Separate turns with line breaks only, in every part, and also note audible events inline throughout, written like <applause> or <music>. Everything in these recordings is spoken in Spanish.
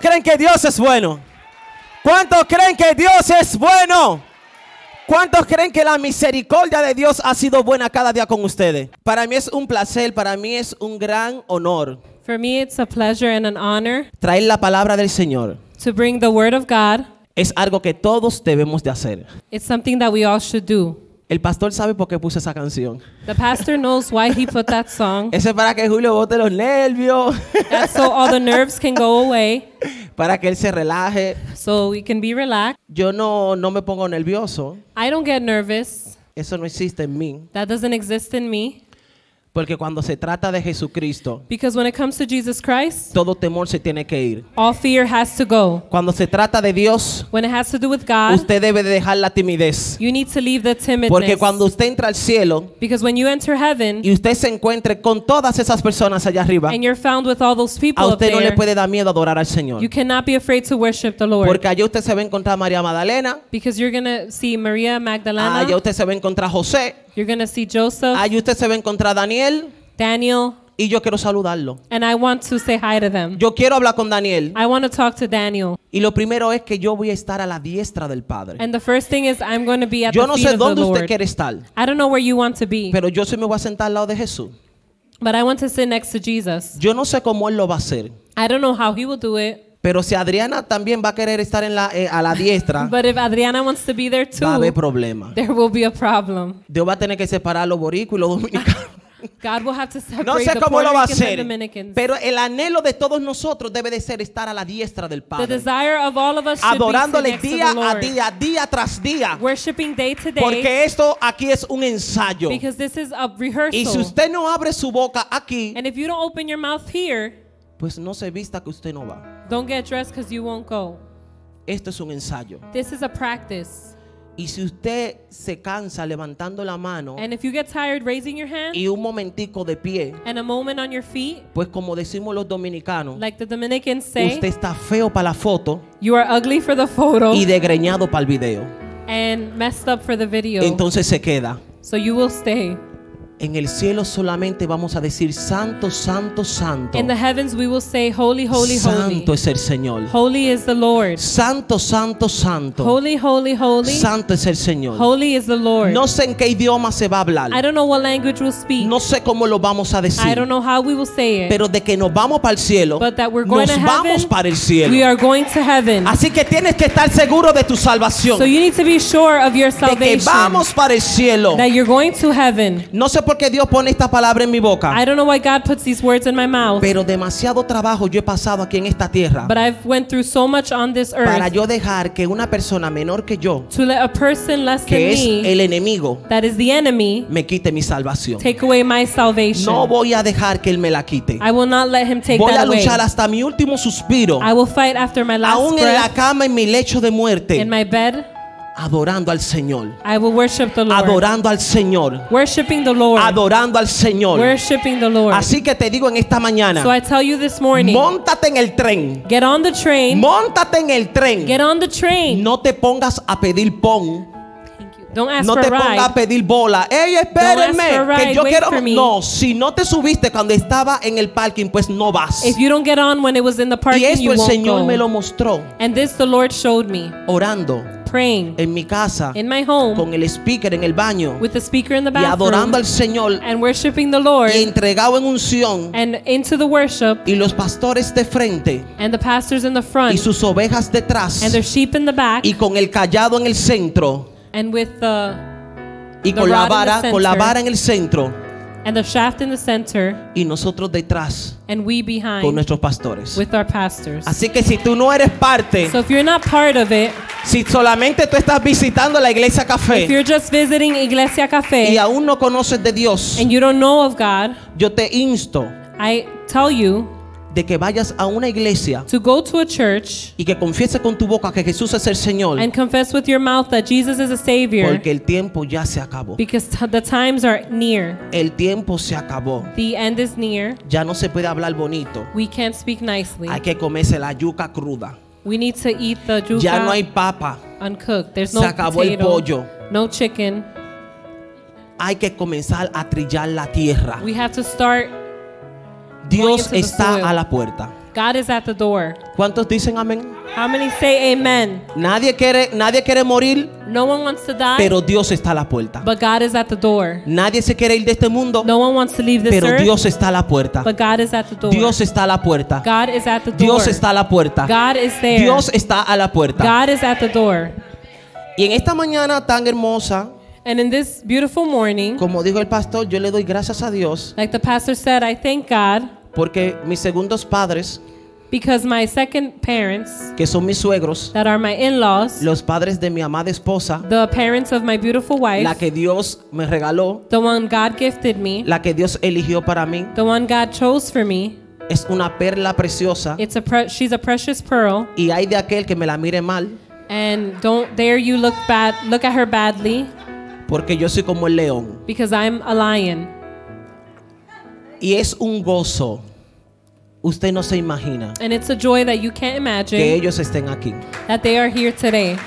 creen que Dios es bueno? ¿Cuántos creen que Dios es bueno? ¿Cuántos creen que la misericordia de Dios ha sido buena cada día con ustedes? Para mí es un placer, para mí es un gran honor
For me, it's a pleasure and an honor
traer la palabra del Señor.
to bring the Word of God.
Es algo que todos debemos de hacer.
It's something that we all should do.
El pastor sabe por qué puso esa canción.
The pastor knows why he put that song.
Ese es para que Julio bote los nervios, <laughs>
That's so all the nerves can go away,
para que él se relaje.
so we can be relaxed.
Yo no, no me pongo nervioso.
I don't get nervous.
Eso no existe en mí.
That doesn't exist in me.
Porque cuando se trata de Jesucristo,
Because when it comes to Jesus Christ,
todo temor se tiene que ir.
all fear has to go.
Cuando se trata de Dios,
When it has to do with God,
usted debe de dejar la timidez.
you need to leave the
Porque
timidness.
cuando usted entra al cielo
Because when you enter heaven
y usted se encuentre con todas esas personas allá arriba,
and you're found with all those people
a
up
usted no le
there,
puede dar miedo adorar al Señor.
you cannot be afraid to worship the Lord.
Porque allá usted se va a encontrar a María Magdalena,
Because you're going to see Maria
allá
Magdalena,
usted se va a encontrar a José,
you're going to see Joseph,
allá usted se va a encontrar a Daniel
Daniel,
y yo quiero saludarlo.
and I want to say hi to them.
Yo quiero hablar con Daniel
I want to talk to Daniel.
y lo primero es que yo voy a estar a la diestra del Padre.
And the first thing is I'm going to be at
Yo
the
no sé
feet of the
dónde usted
Lord.
quiere estar,
I don't know where you want to be,
pero yo sí me voy a sentar al lado de Jesús.
but I want to sit next to Jesus.
Yo no sé cómo él lo va a hacer,
I don't know how he will do it,
pero si Adriana también va a querer estar en la, eh, a la diestra,
<laughs> but if Adriana wants to be there
va a
too,
haber problemas.
there will be a problem.
Dios va a tener que separar los boricuas y los
<laughs>
dominicanos.
God will have to separate
No sé
the
cómo
Puerto
lo va a
Ricans and
hacer,
Dominicans.
pero el anhelo de todos nosotros debe de ser estar a la diestra del
The
Padre,
desire of all of us should be
adorándole
to next
día
to the
a
Lord,
día, día tras día,
worshiping day to day,
porque esto aquí es un ensayo.
because this is a
Y
rehearsal.
si usted no abre su boca aquí,
and if you don't open your mouth here,
pues no se vista que usted no va.
don't get dressed because you won't go.
Esto es un ensayo.
This is a practice.
Y si usted se cansa levantando la mano
And if you get tired raising your hand
y un momentico de pie,
and a moment on your feet,
pues como decimos los dominicanos,
like the Dominicans say,
usted está feo para la foto
you are ugly for the photo
y degreñado para el video.
and messed up for the video.
Entonces se queda.
so you will stay.
En el cielo solamente vamos a decir santo, santo, santo.
In the heavens, we will say, Holy, holy, holy.
santo es el Señor.
Holy is the Lord.
Santo, santo, santo.
Holy, holy, holy.
Santo es el Señor.
Holy is the Lord.
No sé en qué idioma se va a hablar.
I don't know what language we'll speak.
No sé cómo lo vamos a
I don't
decir.
know how we will say it.
Pero de que nos vamos para el cielo,
But that we're going
nos
to
vamos
heaven,
para el
we
cielo.
are going to heaven.
Así que tienes que estar seguro de tu salvación.
So you need to be sure of your
De que
salvation.
vamos para el cielo.
That you're going to heaven.
No sé por qué Dios pone esta palabra en mi
I
boca.
don't know why God puts these words in my mouth.
Pero demasiado trabajo yo he pasado aquí en esta tierra.
But I've went through so much on this
para
earth
yo dejar que una persona menor que yo,
to let a person less than
que es
me,
el enemigo,
that is the enemy,
me quite mi salvación.
take away my salvation.
No voy a dejar que él me la quite.
I will not let him take
Voy a
that away.
luchar hasta mi último suspiro,
I will fight after my last
aún en la
breath.
cama, en mi lecho de muerte,
In my bed,
adorando al Señor,
I will worship the Lord.
adorando al Señor,
Worshiping the Lord.
adorando al Señor.
Worshiping the Lord.
Así que te digo en esta
So
mañana,
I tell you this morning,
montate en el tren,
get on the train.
montate en el tren.
Get on the train.
No te pongas a pedir pon.
Don't ask
No
for
te
a
pongas a
ride.
pedir bola. Ey, espérenme.
for a
Que
ride,
yo
wait
quiero.
for me.
No, si no te subiste cuando estaba en el parking, pues no vas.
If you don't get on when it was in the
Y
parking,
esto
you
el
won't
Señor me lo
go.
mostró
And this the Lord showed me,
orando
praying
en mi casa
in my home
con el speaker en el baño
with the speaker in the
y adorando
bathroom
al Señor
and worshiping the Lord
y entregado en unción
and into the worship
y los pastores de frente
and the pastors in the
y
front
sus ovejas detrás
and their sheep in the back
y con el callado en el centro
and with the
y
The
con la
rod in the
vara con la
center.
vara en el centro
and the shaft in the center
y nosotros detrás
and we
con
behind
nuestros pastores.
with our pastors.
Así que si tú no eres parte,
So if you're not part of it,
si solamente tú estás visitando la iglesia
if
café
you're just visiting Iglesia
y
Cafe
aún no conoces de Dios,
and you don't know of God,
yo te insto
I tell you
de que vayas a una iglesia
to go to a church
y que confieses con tu boca que Jesús es el Señor,
and confess with your mouth that Jesus is a Savior
porque el tiempo ya se acabó.
because t- the times are near.
El tiempo se acabó.
The end is near.
Ya no se puede hablar bonito.
We can't speak nicely.
Hay que comerse la yuca cruda.
We need to eat the yuca
Ya no hay papa.
uncooked. There's
Se
no
acabó el
potato,
pollo.
no chicken.
Hay que comenzar a trillar la tierra.
We have to start
Dios
into the
está
soil.
a la puerta.
God is at the door.
¿Cuántos dicen amén?
How many say amen?
Nadie quiere, nadie quiere morir,
No one wants to die,
pero Dios está a la puerta.
but God is at the door.
Nadie se quiere ir de este mundo,
No one wants to leave this
pero
earth,
Dios está a la puerta.
but God is at the door.
Dios está a la puerta.
God is at the door.
Dios está a la puerta.
God is there.
Dios está a la puerta.
God is at the door.
Y en esta mañana tan hermosa,
And in this beautiful morning,
como dijo el pastor, yo le doy gracias a Dios
like the pastor said, I thank God
porque mis segundos padres,
because my second parents,
que son mis suegros,
that are my in laws,
los padres de mi amada esposa,
the parents of my beautiful
la
wife,
que Dios me regaló,
the one God gifted me,
la que Dios eligió para mí,
the one God chose for me,
es una perla preciosa
it's a pre- she's a precious pearl.
y hay de aquel que me la mire mal,
And don't dare you look bad look at her badly
porque yo soy como el león.
because I'm a lion.
Y es un gozo, usted no se imagina,
And it's a joy that you can't
que
imagine
ellos estén aquí.
that they are here today.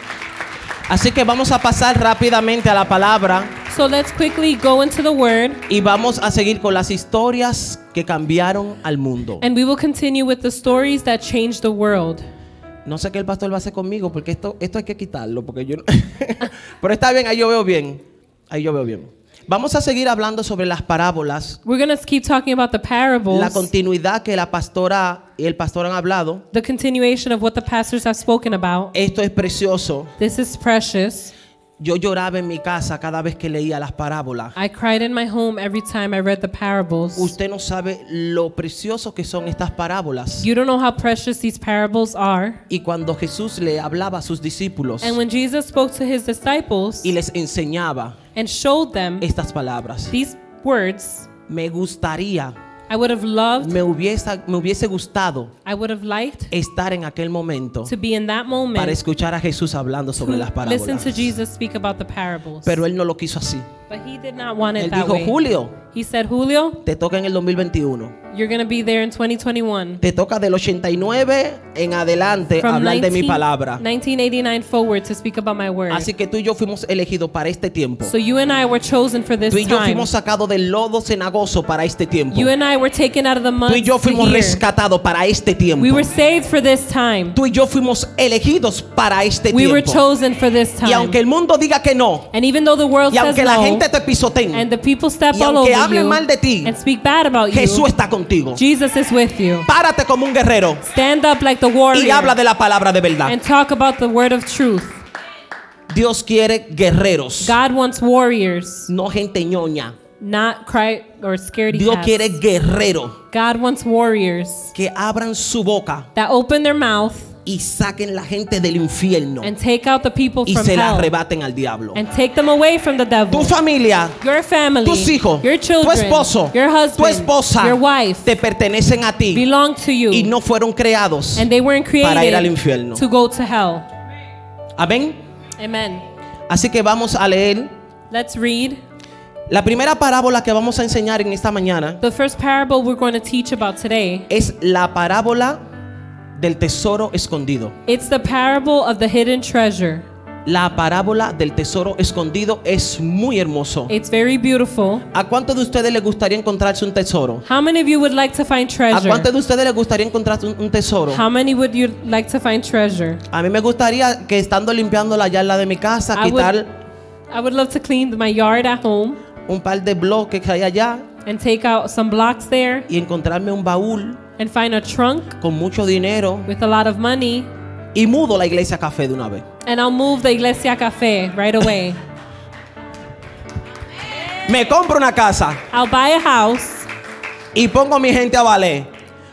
Así que vamos a pasar rápidamente a la palabra.
So let's quickly go into the word
Y vamos a seguir con las historias que cambiaron al mundo.
and we will continue with the stories that changed the world.
No sé qué el pastor va a hacer conmigo, porque esto, esto hay que quitarlo, porque yo no- <laughs> Pero está bien, ahí yo veo bien. Ahí yo veo bien. Vamos a seguir hablando sobre las parábolas,
We're going to keep talking about the
la
parables,
continuidad que la pastora y el pastor han hablado.
the continuation of what the pastors have spoken about.
Esto es precioso.
This is precious.
Yo lloraba en mi casa cada vez que leía las parábolas.
I cried in my home every time I read the parables.
Usted no sabe lo preciosos que son estas parábolas.
You don't know how precious these parables are.
Y cuando Jesús le hablaba a sus discípulos
And when Jesus spoke to his disciples
y les enseñaba
and showed them
estas palabras.
these words,
Me gustaría,
I would have loved,
me hubiese, me hubiese gustado
I would have liked
estar en aquel momento
to be in that
para
moment
escuchar a Jesús hablando
to
sobre las
listen to
parábolas.
Jesus speak about the parables.
Pero él no lo quiso así.
But he did not want
Él
it that
dijo,
way.
Julio,
He said, Julio,
te toca en el 2021.
you're going to be there in 2021.
Te toca del 89 en adelante hablar de mi
19
palabra.
1989 forward to speak about my word.
Así que tú y yo fuimos elegidos para este tiempo.
So you and I were chosen for this
Tú y yo
time.
fuimos sacados del lodo cenagoso para este tiempo.
You and I were taken out of the mud.
Tú y yo fuimos
here.
rescatados para este tiempo.
We were saved for this time.
Tú y yo fuimos elegidos para este
We were
tiempo.
chosen for this
Y aunque
time.
el mundo diga que no,
And even though the world
Y
says
aunque la gente
no,
te pisotee,
and the people step
y
all
aunque
over
hablen mal de ti,
you and speak bad about
Jesús
you,
está contigo.
Jesus is with you.
Párate como un guerrero
Stand up like the
y habla
warrior
de la palabra de verdad.
and talk about the word of truth.
Dios quiere guerreros,
God wants warriors,
no gente ñoña.
not cry or scaredy
Dios
cats.
quiere guerreros
God wants warriors
que abran su boca
that open their mouth
y saquen la gente del infierno
and take out the people
y
from
se la
hell
arrebaten al diablo.
and take them away from the devil.
Tu familia,
Your family,
tus hijos,
your
tu
children,
esposo,
your
tu
husband,
esposa
your wife,
te pertenecen a ti
belong to you,
y no fueron creados.
and they weren't created
para ir al infierno.
to go to hell.
Amén.
Amen.
Así que vamos a leer
Let's read
La primera parábola que vamos a enseñar en esta mañana
the first parable we're going to teach about today.
es la parábola del tesoro escondido.
It's the parable of the hidden treasure.
La parábola del tesoro escondido es muy hermoso.
It's very beautiful.
¿A cuántos de ustedes les gustaría encontrarse un tesoro?
How many of you would like to find
¿A cuántos
treasure?
de ustedes les gustaría encontrarse un un tesoro?
How many would you like to find treasure?
A mí me gustaría que estando limpiando la yarda de mi casa,
I would,
quitar
I would love to clean my yard at home
un par de bloques que hay allá
and take out some blocks there
y encontrarme un baúl
and find a trunk
con mucho dinero
with a lot of money
y mudo la iglesia a café de una vez.
and I'll move the Iglesia Cafe right away.
Me compro una casa
I'll buy a house
y pongo a mi gente a valer.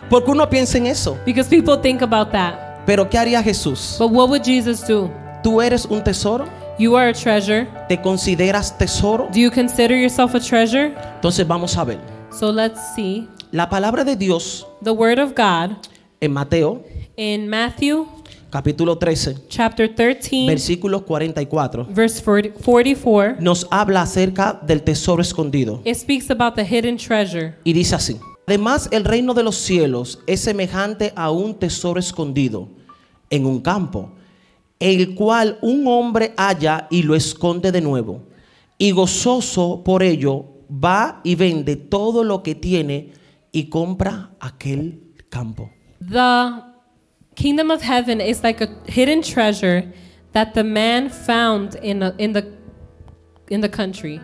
Porque uno piensa en eso.
because people think about that.
Pero ¿qué haría Jesús?
But what would Jesus do?
¿Tú eres un tesoro?
You are a treasure.
¿Te consideras tesoro?
Do you consider yourself a treasure?
Entonces vamos a ver.
So let's see.
La palabra de Dios
The Word of God
en Mateo,
in Matthew
capítulo 13,
chapter 13,
versículo 44,
verse 40 44.
nos habla acerca del tesoro escondido.
It speaks about the hidden treasure.
Y dice así. Además, el reino de los cielos es semejante a un tesoro escondido en un campo, el cual un hombre halla y lo esconde de nuevo. Y gozoso por ello, va y vende todo lo que tiene y compra aquel campo.
The kingdom of heaven is like a hidden treasure that the man found in, a, in, the, in the country.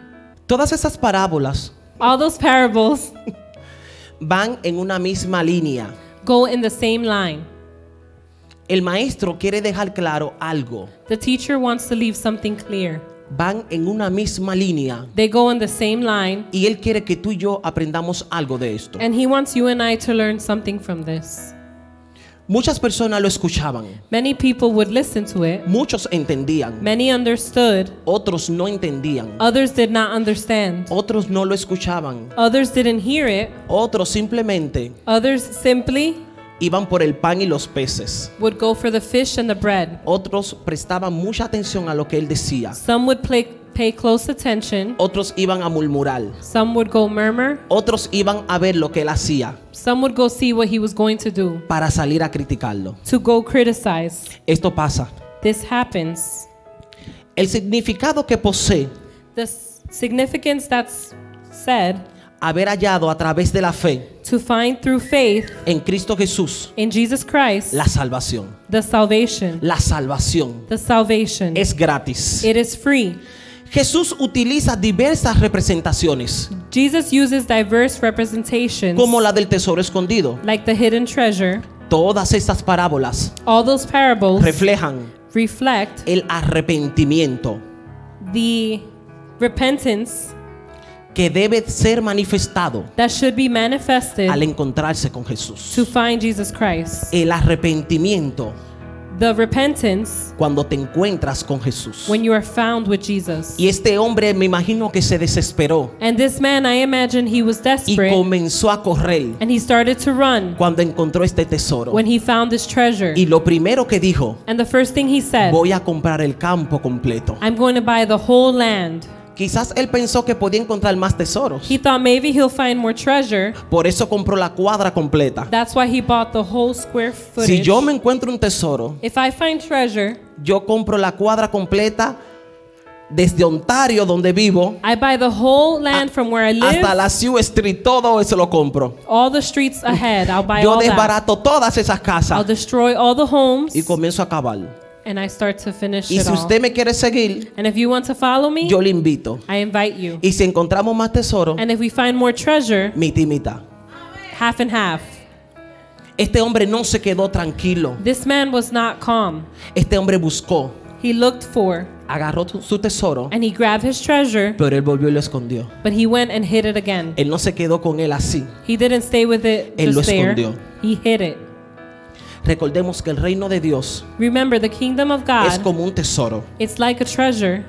Todas esas parábolas
All those parables
van en una misma línea.
go in the same line.
El maestro quiere dejar claro algo.
The teacher wants to leave something clear.
Van en una misma línea.
They go in the same line,
Y él quiere que tú y yo aprendamos algo de esto.
and he wants you and I to learn something from this.
Muchas personas lo escuchaban.
Many people would listen to it,
Muchos entendían.
many understood,
Otros no entendían.
others did not understand,
Otros no lo escuchaban.
others didn't hear it,
Otros simplemente
others simply
iban por el pan y los peces.
would go for the fish and the bread.
Otros prestaban mucha atención a lo que él decía.
Some would play, pay close attention,
Otros iban a murmurar.
some would go murmur,
Otros iban a ver lo que él hacía
some would go see what he was going to do,
para salir a criticarlo.
to go criticize.
Esto pasa.
This happens.
El significado que posee
The s- significance that's said
haber hallado a través de la fe
to find through faith
en Cristo Jesús
in Jesus Christ
la salvación.
the salvation.
La salvación
The salvation.
es gratis.
It is free.
Jesús utiliza diversas representaciones,
Jesus uses diverse representations
como la del tesoro escondido.
like the hidden treasure.
Todas estas parábolas
All those parables
reflejan
reflect
el arrepentimiento
the repentance
que debe ser manifestado
that should be manifested
al encontrarse con Jesús.
to find Jesus Christ.
El arrepentimiento
The repentance
cuando te encuentras con Jesús.
when you are found with Jesus.
Y este hombre me imagino que se desesperó
And this man, I imagine he was
y
desperate
comenzó a correr
and he started to run
cuando encontró este tesoro.
when he found this treasure.
Y lo primero que dijo,
And the first thing he said,
voy a comprar el campo completo.
I'm going to buy the whole land.
Quizás él pensó que podía encontrar más tesoros.
He thought maybe he'll find more treasure.
Por eso compró la cuadra completa.
That's why he bought the whole square footage.
Si yo me encuentro un tesoro,
if I find treasure,
yo compro la cuadra completa desde Ontario, donde vivo,
I buy the whole land from where I live,
Ah, hasta la Sioux Street, todo eso lo compro.
all the streets ahead. I'll buy
Yo
all that.
desbarato todas esas
I'll
casas
destroy all the homes,
y comienzo a acabar.
and I start to finish
Y
it
si
all.
usted me quiere seguir,
And if you want to follow me,
yo le invito.
I invite you.
Y si encontramos más tesoro,
And if we find more treasure,
mitad y mitad.
half and half.
Este hombre no se quedó tranquilo.
This man was not calm.
Este hombre buscó,
He looked for,
agarró tu- su tesoro,
and he grabbed his treasure,
pero él volvió y lo escondió.
but he went and hid it again.
Él no se quedó con él así.
He didn't stay with it
Él lo
just there.
escondió.
He hid it.
Recordemos que el reino de Dios
Remember, the kingdom of
es
God,
como un tesoro.
it's like a treasure,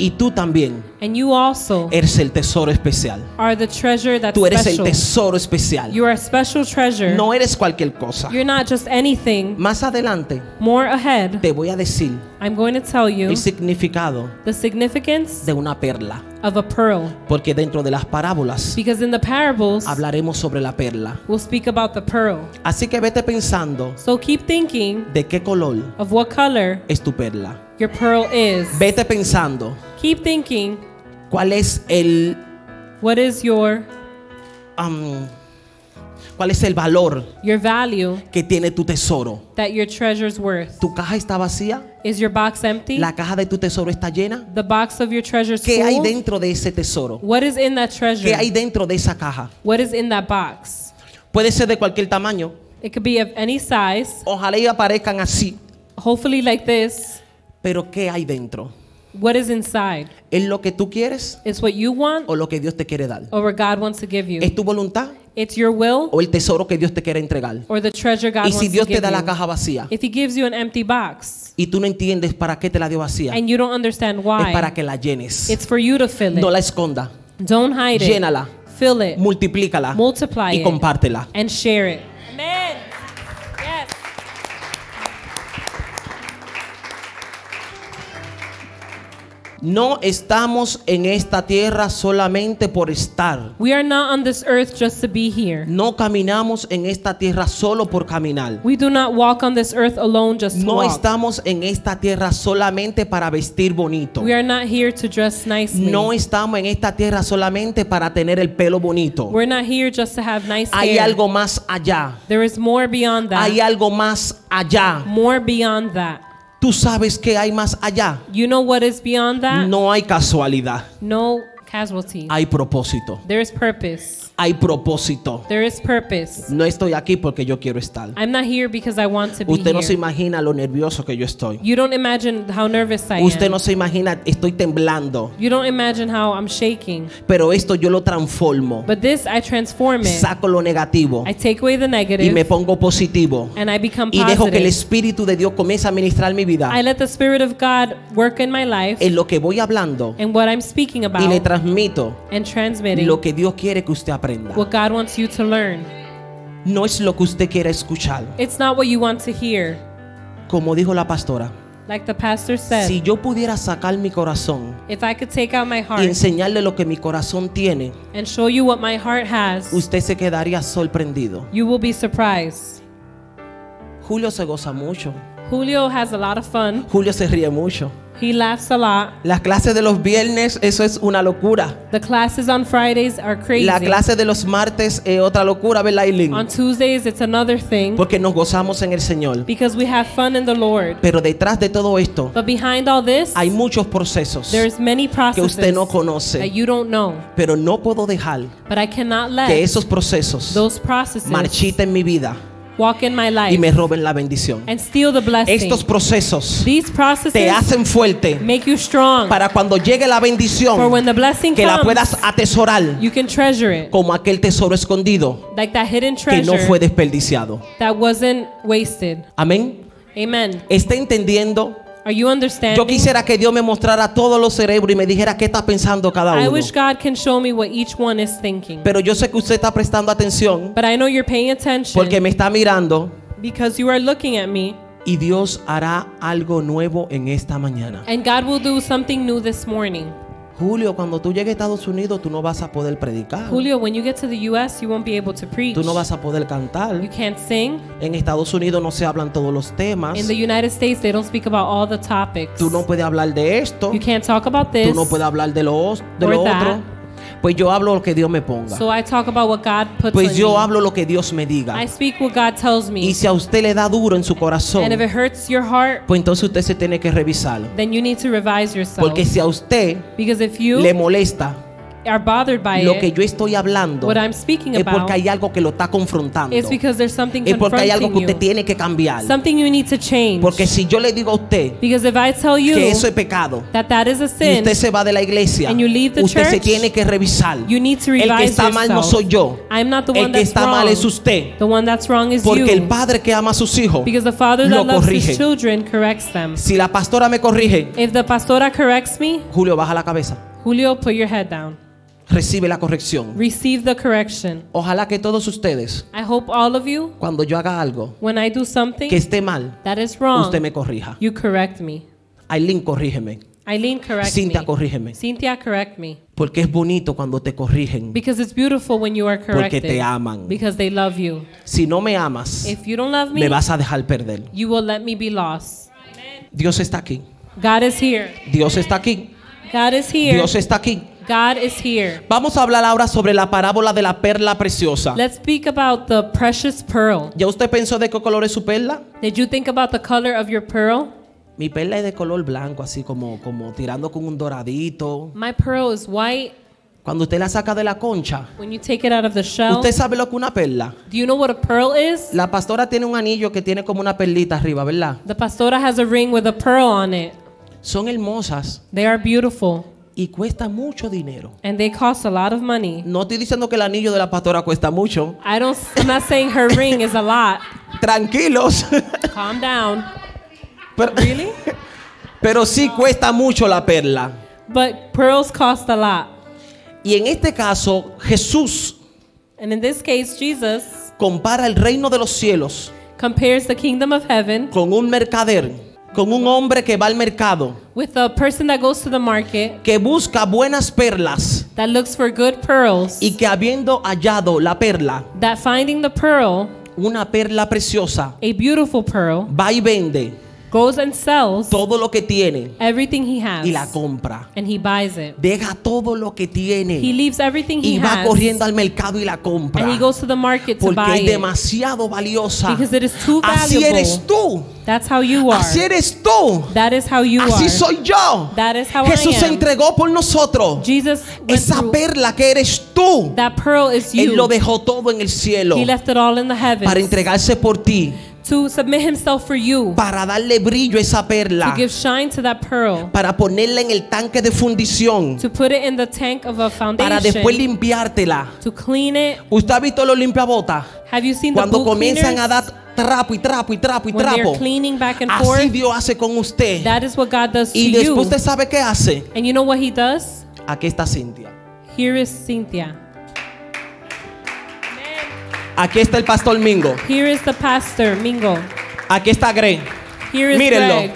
Y tú también
and you also
eres el tesoro especial.
are the treasure that's
Eh, Tú eres el
special.
tesoro especial.
You are a special treasure.
No eres cualquier cosa.
You're not just anything.
Más adelante
More ahead,
te voy a decir
I'm going to tell you
el significado
the significance
de una perla.
of a pearl,
Porque dentro de las parábolas
because in the parables,
hablaremos sobre la perla.
we'll speak about the pearl.
Así que vete pensando
So keep thinking
de qué color
of what color
es tu perla.
your pearl is.
Vete pensando
Keep thinking,
cuál es el
what is your
am, cuál es el valor
your value
que tiene tu tesoro.
that your treasure's worth?
Tu caja está vacía,
Is your box empty?
la caja de tu tesoro está llena.
The box of your treasure's
¿Qué hay
full?
dentro de ese tesoro?
What is in that treasure?
¿Qué hay dentro de esa caja?
What is in that box?
Puede ser de cualquier tamaño.
It could be of any size,
Ojalá y aparezcan así.
hopefully like this.
Pero ¿qué hay dentro?
What is inside?
¿Es lo que tú quieres
It's what you want
o lo que Dios te quiere dar?
or what God wants to give you.
¿Es tu voluntad
It's your will
o el tesoro que Dios te quiere entregar?
or the treasure God
Y
wants
si Dios
to
te
give
da la
you.
caja vacía
If He gives you an empty box
y tú no entiendes para qué te la dio vacía, es
and you don't understand why,
para que la llenes.
it's for you to fill it.
No la esconda.
don't hide it.
Llénala.
Fill it
Multiplícala
Multiply
y
it.
compártela.
and share it. Amen. Yes.
No estamos en esta tierra solamente por estar.
We are not on this earth just to be here.
No caminamos en esta tierra solo por caminar.
We do not walk on this earth alone just to
No
walk.
estamos en esta tierra solamente para vestir bonito.
We are not here to dress nicely.
No estamos en esta tierra solamente para tener el pelo bonito.
We're not here just to have nice
Hay
hair.
algo más allá.
there is more beyond that.
Hay algo más allá.
more beyond that.
Tú sabes que hay más allá.
You know what is beyond that?
No hay casualidad.
No casualty.
Hay propósito.
there is purpose.
Hay propósito.
There is purpose.
No estoy aquí porque yo quiero estar.
I'm not here because I want to be
Usted no se
here.
imagina lo nervioso que yo estoy.
you don't imagine how nervous I
Usted
am.
no se imagina, estoy temblando.
you don't imagine how I'm shaking.
Pero esto yo lo transformo.
But this I transform it.
Saco lo negativo
I take away the
y
negative
me pongo positivo.
and I become
Y dejo que el
positive.
Espíritu de Dios comience a ministrar mi vida.
I let the Spirit of God work in my life
En lo que voy hablando
and what I'm speaking about
y le transmito
and transmitting
lo que Dios quiere que usted aprenda.
what God wants you to learn.
No es lo que usted quiere escuchar.
It's not what you want to hear.
Como dijo la pastora,
Like the pastor said,
si yo pudiera sacar mi corazón
if I could take out my
y
heart
enseñarle lo que mi corazón tiene,
and show you what my heart has,
usted se quedaría sorprendido.
you will be surprised.
Julio se goza mucho.
Julio has a lot of fun.
Julio se ríe mucho.
He laughs a lot.
Las clases de los viernes, eso es una locura.
The classes on Fridays are crazy.
La clase de los martes es otra locura, ¿verdad, Aileen?
On Tuesdays, it's another thing
Porque nos gozamos en el Señor.
because we have fun in the Lord.
Pero detrás de todo esto
But behind all this,
hay muchos procesos
there's many
que
processes
usted no
that
conoce.
you don't know.
Pero no puedo dejar
But I cannot let
que esos procesos
those processes
marchiten mi vida
walk in my
y
life
me roben la bendición.
and steal the blessing.
Estos procesos
These processes
te hacen fuerte
make you strong
para cuando llegue la
for when
bendición
the blessing
que la
comes,
puedas atesorar
you can treasure it
como aquel tesoro escondido
like that hidden
que
treasure
no fue desperdiciado.
that wasn't wasted.
Amén.
Amen.
¿Está entendiendo?
Are you
Yo
understanding?
quisiera que Dios me mostrara todos los cerebros y me dijera qué está pensando cada
I
uno.
wish God can show me what each one is thinking.
Pero yo sé que usted está prestando atención
But I know you're paying attention
porque me está mirando
because you are looking at me
y Dios hará algo nuevo en esta mañana.
and God will do something new this morning.
Julio, cuando tú llegues a Estados Unidos, tú no vas a poder predicar.
Julio, when you get to the US, you won't be able to preach.
Oh. Tú no vas
You
a poder cantar.
can't sing.
En Estados Unidos no se hablan todos los temas.
In the United States, they don't speak about all the topics.
Tú no puedes hablar de esto.
You can't talk about this.
Tú no puedes hablar de lo, os- de
Or
lo
that.
otro. Pues yo hablo lo que Dios me ponga.
So I talk about what God puts
Pues
on
yo
me.
hablo lo que Dios me diga.
I speak what God tells
Y
me.
si a usted le da duro en su corazón,
And if it hurts your heart,
pues entonces usted se tiene que revisar.
then you need to revise yourself.
Porque si a usted
because
le
if you
molesta
are bothered by
lo que
it,
yo estoy hablando,
what I'm speaking
es
about,
porque hay algo que lo está confrontando.
it's
Es
because there's something
porque hay algo
confronting
que usted
you.
tiene que cambiar.
Something you need to change.
Porque si yo le digo a usted
because if I tell you
que eso es pecado
that that is a
y
sin,
usted se va de la iglesia,
and you leave the
usted se
church,
tiene que revisar.
you need to
El que
revise
está mal no
yourself.
soy yo.
I'm not the
El
one
que
that's
está
wrong.
mal es usted.
The one that's wrong is
Porque el
you.
padre que ama a sus hijos,
Because the father
lo
that loves
corrige.
his children corrects them.
si la pastora me corrige,
If the pastora corrects me,
Julio baja la cabeza,
Julio, put your head down.
recibe la corrección.
Receive the correction.
Ojalá que todos ustedes,
I hope all of you,
cuando yo haga algo
when I do something
que esté mal,
that is wrong,
usted me corrija.
you correct me.
Aileen, corrígeme.
Eileen, correct
Cintia,
me.
corrígeme.
Cynthia, correct me.
Porque es bonito cuando te corrigen.
Because it's beautiful when you are corrected.
te aman.
Because they love you.
Si no me amas,
If you don't love me,
me vas a dejar perder.
you will let me be lost.
Dios está aquí.
God is here.
Dios está aquí.
God is here.
Dios está aquí.
God is here.
Vamos a hablar ahora sobre la parábola de la perla preciosa.
Let's speak about the precious pearl.
¿Ya usted pensó de qué color es su perla?
Did you think about the color of your pearl?
Mi perla es de color blanco, así como, como tirando con un doradito.
My pearl is white.
Cuando usted la saca de la concha,
When you take it out of the shell,
usted sabe lo que una perla.
do you know what a pearl is?
La pastora tiene un anillo que tiene como una perlita arriba, ¿verdad?
The pastora has a ring with a pearl on it.
Son hermosas
They are beautiful
y cuestan mucho dinero.
and they cost a lot of money.
No estoy diciendo que el anillo de la pastora cuesta mucho.
I don't I'm not saying her ring is a lot.
Tranquilos. <laughs>
Calm down.
Pero,
Really?
pero sí cuesta mucho la perla.
But pearls cost a lot.
Y en este caso, Jesús
And in this case, Jesus
compara el reino de los cielos
compares the kingdom of heaven
con un mercader con un hombre que va al mercado,
with a person that goes to the market
que busca buenas perlas
that looks for good pearls,
y que habiendo hallado la perla,
that finding the pearl,
una perla preciosa,
a beautiful pearl,
va y vende
goes and sells
todo lo que tiene
everything he has
y la compra.
and he buys it.
Deja todo lo que
He
tiene
leaves everything he
y va
has
corriendo al mercado y la compra.
and he goes to the market to
Porque
buy
es
it.
demasiado valiosa.
Because it is too
Así
valuable.
eres tú.
That's how you are.
Así eres tú.
That is how you
Así
are.
soy yo.
That is how I
Jesús se
am.
entregó por nosotros.
Jesus went
Esa
through-
perla que eres tú.
that pearl is you.
Él lo dejó todo en el cielo
He left it all in the heavens
para entregarse por ti,
to submit himself for you,
para darle brillo a esa
to
perla,
give shine to that pearl,
para ponerla en el tanque de fundición,
to put it in the tank of a
para después
foundation,
limpiártela.
to clean it.
¿Usted ha visto los limpiabotas?
Have you seen the
Cuando
boot
comienzan
cleaners?
a dar trapo y trapo y trapo y
when
trapo.
they're cleaning back and
Así
forth,
Dios hace con usted.
that is what God does to
Y después
you.
usted sabe qué hace.
And you know what he does?
Aquí está Cintia.
Here is Cynthia.
Aquí está el pastor Mingo.
Here is the pastor, Mingo.
Aquí está Greg.
Here is
Mírenlo.
Greg.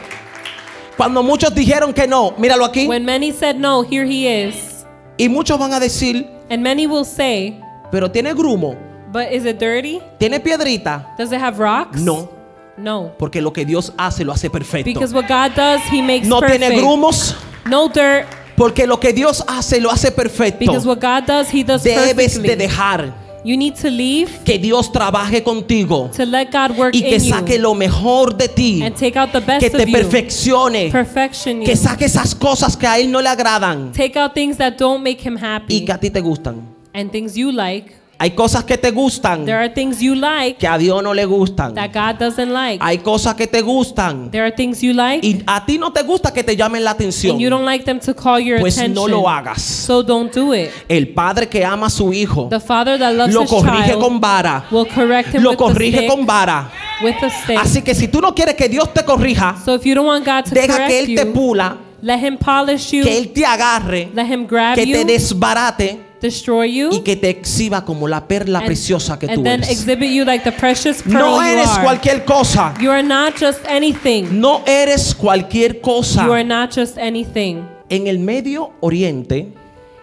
Cuando muchos dijeron que no, míralo aquí.
When many said no, here he is.
Y muchos van a decir,
And many will say,
pero tiene grumo,
but is it dirty?
tiene piedrita.
Does it have rocks?
No,
No.
porque lo que Dios hace lo hace perfecto.
Because what God does, he makes
No
perfect.
tiene grumos,
No dirt.
porque lo que Dios hace lo hace perfecto.
Because what God does, he does
Debes de
perfectly.
dejar
You need to leave
que Dios trabaje contigo
to let God work
y que
in you
saque lo mejor de ti,
and take out the best
que te
of you.
perfeccione,
Perfection you.
que saque esas cosas que a Él no le agradan
Take out things that don't make him
y
happy
que a ti te gustan.
and things you like.
Hay cosas que te gustan
There are things you like
que a Dios no le gustan.
that God doesn't like.
Hay cosas que te gustan
There are things you like
y a ti no te gusta que te llamen la atención.
and you don't like them to call your
Pues
attention.
no lo hagas.
So don't do it.
El padre que ama a su hijo
The father that loves
lo
his
corrige
child
con vara.
will correct him
Lo
with, the
corrige
stick,
con vara.
with a stick.
Así que si tú no quieres que Dios te corrija,
So if you don't want God to
deja
correct
que Él te
you,
pula,
let him polish you,
que Él te agarre,
let him grab
que te
you,
desbarate
destroy you,
y que te exhiba como la perla
and,
preciosa que
and
tú
then
eres.
exhibit you like the precious pearl
No
you
eres
are.
cualquier cosa.
You are not just anything.
No eres cualquier cosa.
You are not just anything.
En el Medio Oriente,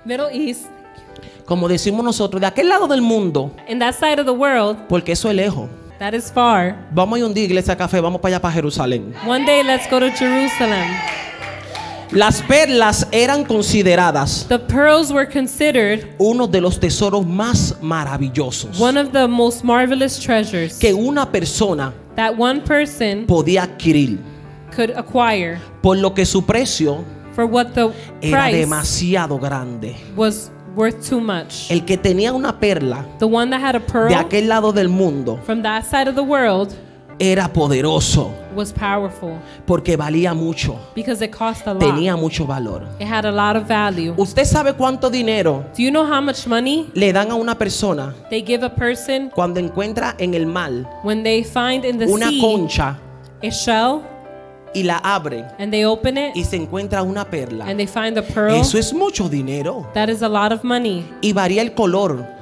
Middle East,
como decimos nosotros, de aquel lado del mundo,
in that side of the world,
porque eso es lejos.
that is far.
Vamos a ir un día, iglesia café, vamos para allá, para Jerusalén.
One day, let's go to Jerusalem.
Las perlas eran consideradas
The pearls were considered
uno de los tesoros más maravillosos
one of the most marvelous treasures
que una persona
that one person
podía adquirir,
could acquire
por lo que su precio
for what the
era
price
demasiado grande.
was worth too much.
El que tenía una perla
The one that had a
de
pearl
aquel lado del mundo
from that side of the world
era poderoso
was powerful
porque valía mucho,
because it cost a lot.
tenía mucho valor.
It had a lot of value.
¿Usted sabe cuánto dinero
Do you know how much money
le dan a una persona
they give a person
cuando encuentra en el mar
when they find in the
una
sea
concha
a shell
y la abre
and they open
y
it
se encuentra una perla?
and they find the pearl?
Eso es mucho dinero.
That is a lot of money.
Y varía el color.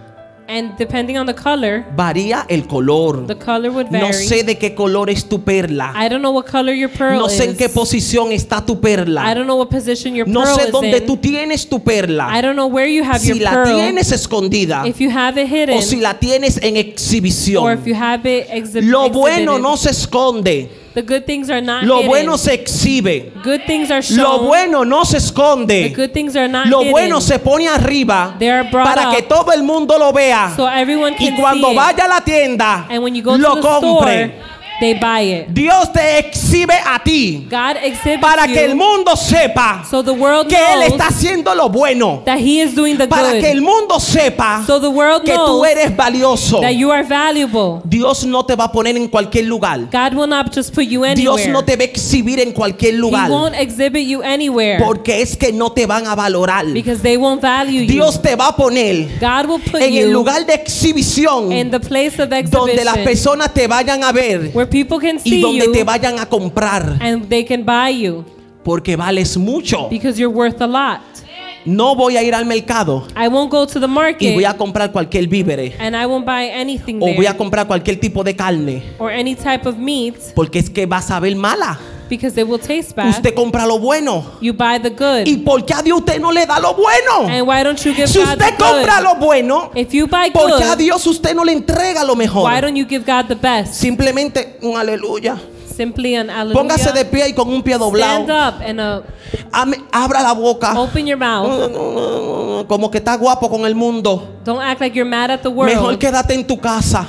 And depending on the color,
Varía el color.
the color would vary.
No sé de qué color es tu perla.
I don't know what color your pearl
No sé
is.
en qué posición está tu
I
perla.
don't know what position your
No
pearl
sé
is
dónde
in.
tú tienes tu
I
perla.
don't know where you have
Si
your
la
pearl.
tienes escondida
if you have it hidden
o si la tienes en
or if you
exhibición.
have it exhi-
Lo bueno
exhibited. Ah,
no se esconde.
the good things are not
Lo
hidden.
bueno se exhibe.
good things are shown.
Lo bueno no se
the
esconde.
good things are not
Lo
hidden.
bueno se pone arriba
They are brought
para que
up.
todo el mundo lo vea.
so everyone
Y
can
cuando
see
vaya
it.
a la tienda,
And when you go
lo
to the
compre.
store, they buy it.
Dios te exhibe a ti
God exhibits
para
you
que el mundo sepa
so the world
que Él
knows
está haciendo lo bueno.
that He is doing the
Para
good.
que el mundo sepa
so the world
que tú
knows
eres valioso.
that you are valuable.
Dios no te va a poner en cualquier lugar.
God will not just put you anywhere.
Dios no te va a exhibir en cualquier lugar.
He won't exhibit you anywhere
Porque es que no te van a valorar.
because they won't value you.
Dios te va a poner
God will put
en
you
el lugar de exhibición
in the place of
donde las
exhibition
personas te vayan a ver
where people can see
y donde
you
te vayan a comprar.
and they can buy you
Porque vales mucho.
because you're worth a lot.
No voy a ir al mercado
I won't go to the
y
market
voy a comprar cualquier víveres
and I won't buy anything
o voy a
there
comprar cualquier tipo de carne,
or any type of meat
porque es que vas a ver mala.
because they will taste bad.
Usted compra lo bueno.
You buy the good.
¿Y por qué a Dios usted no le da lo bueno?
And why don't you give
Si
God the
usted compra
good?
lo bueno,
If you buy
¿por qué a
good,
Dios usted no le entrega lo
why
mejor?
don't you give God the best?
Simplemente un aleluya.
Simply an
Póngase de
hallelujah.
pie y con un pie
Stand
doblado.
up and uh,
Ame- Abra la boca.
open your
Oh.
mouth.
Como que está guapo con el mundo.
Don't act like you're mad at the
Mejor
world.
quédate en tu casa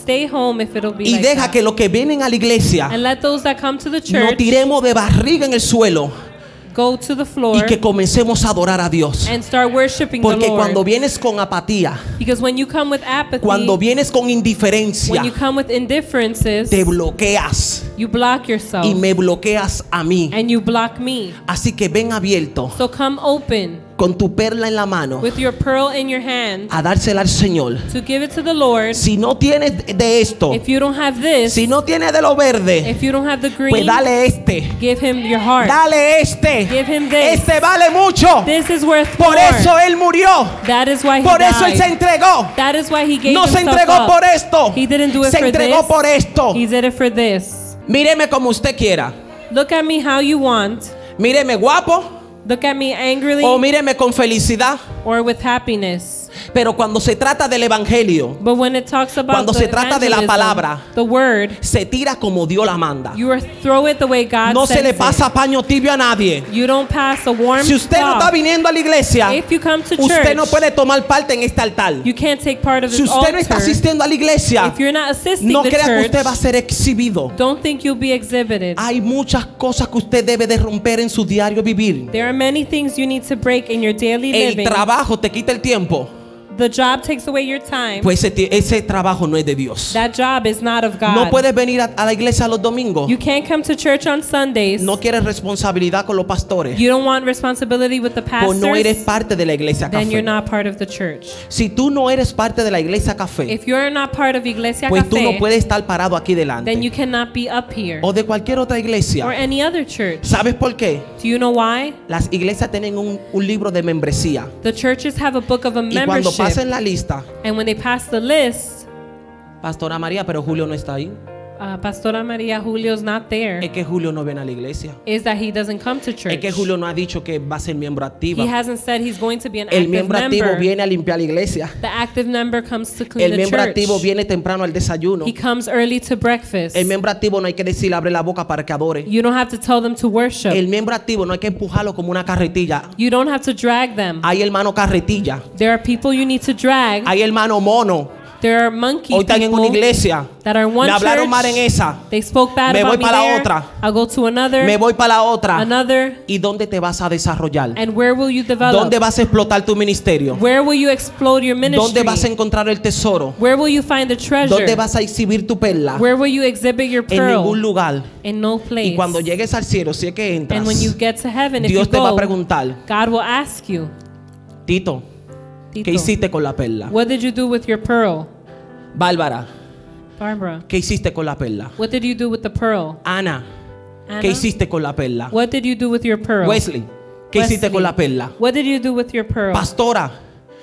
Stay home if it'll be
y
like
deja
that.
que los que vienen a la iglesia
And let those that come to the
nos
church
tiremos de barriga en el suelo
go to the floor
y que comencemos a adorar a Dios.
and start worshiping the
Porque cuando
Lord.
vienes con apatía,
Because when you come with apathy,
cuando vienes con
when
indiferencia,
you come with indifferences,
te bloqueas
you block yourself
y me bloqueas a mí.
Oh. and you block me.
Así que ven abierto
So come open
con tu perla en la mano
with your pearl in your hand
a dársela al Señor.
to give it to the Lord.
Si no tienes de esto,
If you don't have this,
si no tienes de lo verde,
if you don't have the green,
pues dale este.
give him your heart.
Dale este.
Give him this.
Este vale mucho.
This is worth
Por
more.
eso él murió.
that is why he
Por eso él se
died.
entregó.
That is why he gave
No se
himself
entregó
up.
por esto.
He didn't do it
Se
for
entregó
this.
por esto.
He did it for this.
Míreme como usted quiera.
Look at me how you want.
Míreme guapo
Look at me angrily
o míreme con felicidad.
or with happiness.
Pero cuando se trata del evangelio,
But when it talks about
Cuando
the
se trata de la
evangelism,
palabra,
the word,
se tira como Dios la manda.
you are throw it the way God
No se
sends
le pasa paño tibio a nadie.
it. You don't pass a warm
Si usted no
cloth.
está viniendo a la iglesia,
If you come to
usted
church,
no puede tomar parte en este altar.
you can't take part of
Si
this
usted no está
altar.
asistiendo a la iglesia,
if you're not assisting
no
the
crea que
church,
usted va a Ah. ser exhibido.
don't think you'll be exhibited.
Hay muchas cosas que usted debe de romper en su diario vivir.
there are many things you need to break in your daily
El
living.
trabajo te quita el tiempo.
the job takes away your time.
Pues ese, ti- ese trabajo no es de Dios.
that job is not of God.
No puedes venir a, a la iglesia los domingos.
you can't come to church on Sundays.
No quieres responsabilidad con los pastores.
you don't want responsibility with the
O
pastors.
no eres parte de la iglesia
then you're
café.
not part of the church.
Si tú no eres parte de la iglesia café,
If you're not part of Iglesia
pues tú
Café,
no puedes Oh, estar parado aquí
then you
delante.
cannot be up here
O de cualquier otra
or
iglesia.
any other church.
¿Sabes por qué?
Do you know why?
Las iglesias tienen un, un libro de membresía.
The churches have a book of a
Y cuando
membership,
pasen la lista,
and when they pass the list,
Pastora María, pero Julio no está ahí.
uh, Pastora Maria Julio's not there.
Es que Julio no viene a la iglesia.
Is that he doesn't come to church?
Es que Julio no ha dicho que va a ser miembro
He
activo.
hasn't said he's going to be an
El
active
miembro activo
member.
viene a limpiar la iglesia.
the active member comes to clean
El
the
miembro
church.
activo viene temprano al desayuno.
He comes early to breakfast.
El miembro activo no hay que decirle abre la boca para que adore.
You don't have to tell them to worship.
El miembro activo no hay que empujarlo como una carretilla.
you don't have to drag them.
Hay hermano carretilla.
there are people you need to drag.
Hay hermano mono.
there are monkey
Hoy están en una
people.
iglesia.
that are in one
Me hablaron
church.
mal en esa.
They spoke bad
Me
about
voy
me
pa' la
there.
otra.
I'll go to another,
Me voy para la otra.
another,
¿Y dónde te vas a desarrollar?
and where will you develop?
¿Dónde vas a explotar tu ministerio?
where will you explode your ministry?
¿Dónde vas a encontrar el tesoro?
where will you find the treasure?
¿Dónde vas a exhibir tu perla?
where will you exhibit your
En
pearl?
ningún lugar.
In no
Y
place.
cuando llegues al cielo, si es que entras,
and when you get to heaven, if
Dios
you
te
go,
va a preguntar,
God will ask you,
Tito, ¿qué
Tito,
hiciste con la perla?
what did you do with your pearl?
Bárbara,
Barbara,
¿qué hiciste con la perla?
what did you do with the pearl?
Ana,
Anna,
¿qué hiciste con la perla?
what did you do with your pearl?
Wesley, ¿qué hiciste
Wesley,
con la perla?
What did you do with your pearl?
Pastora,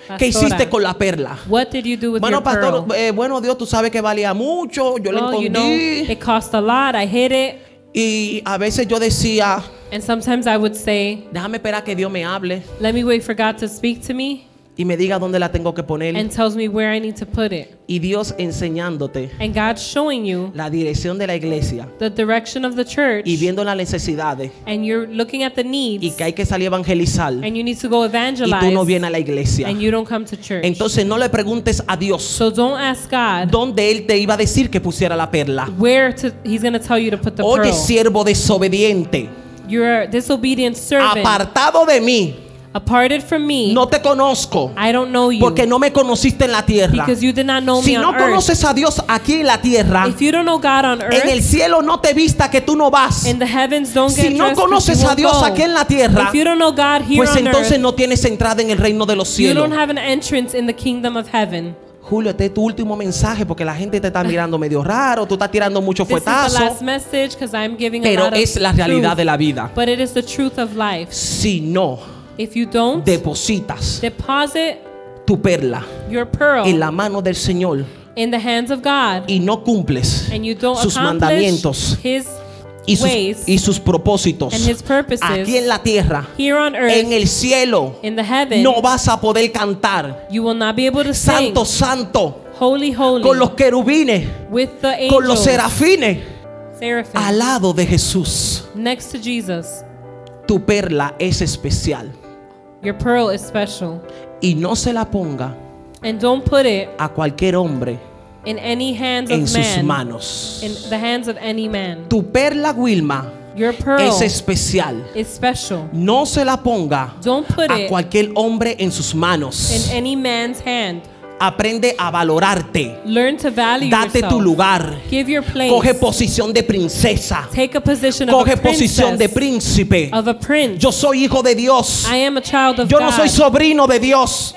Pastora.
¿qué hiciste con la perla?
What did you do with
Bueno,
your pearl?
pastor, eh, bueno Dios, tú sabes que valía mucho, yo la
well, you know,
escondí
it cost a lot. I hid it.
y a veces yo decía,
And sometimes I would say,
déjame esperar que Dios me hable
let me wait for God to speak to me
y me diga dónde la tengo que poner
and tells me where I need to put it.
y Dios enseñándote
And God's showing you
la dirección de la iglesia
the direction of the church
y viendo las necesidades
and you're looking at the needs
y que hay que salir a evangelizar y
and you need to go
tú
evangelize
no vienes a la iglesia.
and you don't come to church.
Entonces no le preguntes a Dios
so don't ask God
dónde Él te iba a decir que pusiera la perla.
where to, he's going to tell you to put the
Oye,
pearl.
siervo desobediente,
You're a disobedient servant,
apartado de mí,
aparted from me.
no te conozco
I don't know you
porque no me conociste en la tierra.
because you did not know
Si
me
no
on earth.
conoces a Dios aquí en la tierra,
If you don't know God on earth,
en el cielo no te vista que tú no vas.
In the heavens don't
Si
get
no
dressed 'cause you
conoces a
won't
Dios
go.
aquí en la tierra,
if you don't know God here
Pues
on
entonces
earth,
no tienes entrada en el reino de los
you
cielos.
don't have an entrance in the kingdom of heaven.
Julio, este es tu último mensaje porque la gente te está mirando medio raro, tú estás tirando mucho
This is the last
fuetazo,
message because I'm giving a
pero
lot of
es la realidad de
truth,
la vida.
But it is the truth of life.
Si no
If you don't
depositas
deposit
tu perla
your pearl
en la mano del Señor
in the hands of God
y no cumples
and you don't
sus
accomplish
mandamientos,
His
y sus,
ways
y sus propósitos
and his purposes
aquí en la tierra,
here on earth,
en el cielo,
in the heaven,
no vas a poder cantar.
you will not be able to sing
Santo, santo,
holy, holy
con los querubines,
with the angels,
con los serafines,
seraphim,
al lado de Jesús.
next to Jesus.
Tu perla es especial
Your pearl is special.
y no se la ponga
And don't put it
a cualquier hombre
in any hands
en
of
sus
man,
manos.
in the hands of any man.
Tu perla Wilma
Your pearl
es especial.
is special.
No se la ponga
Don't put
a
it
cualquier hombre en sus
in
manos.
any man's hand.
Aprende a valorarte.
Learn to value
Date
yourself.
tu lugar.
Give your place.
Coge posición de princesa.
Take a position
Coge
of a princess,
posición de príncipe.
of a prince.
Yo soy hijo de Dios.
I am a child of
Yo no
God.
soy sobrino de Dios.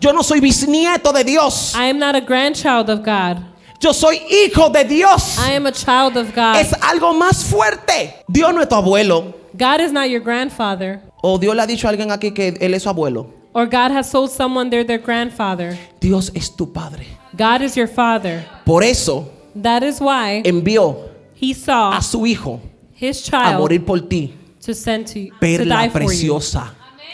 Yo no soy bisnieto de Dios.
I am not a grandchild of God.
Yo soy hijo de Dios.
I am a child of God.
Es algo más fuerte. Dios no es tu abuelo.
God is not your grandfather.
O Dios le ha dicho a alguien aquí que Él es su abuelo.
Or God has told someone they're their grandfather.
Dios es tu padre.
God is your father.
Por eso
That is why
envió
he saw
a su hijo
his
a
child
morir por ti.
to send to, to die
Perla
for you.
preciosa,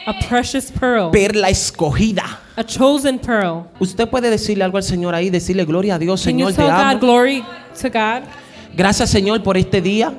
A precious pearl.
perla escogida.
A chosen pearl.
Usted puede decirle algo al Señor ahí, decirle gloria a Dios,
Can you
Señor, te
tell God
amo.
glory to God?
Gracias, Señor, por este día.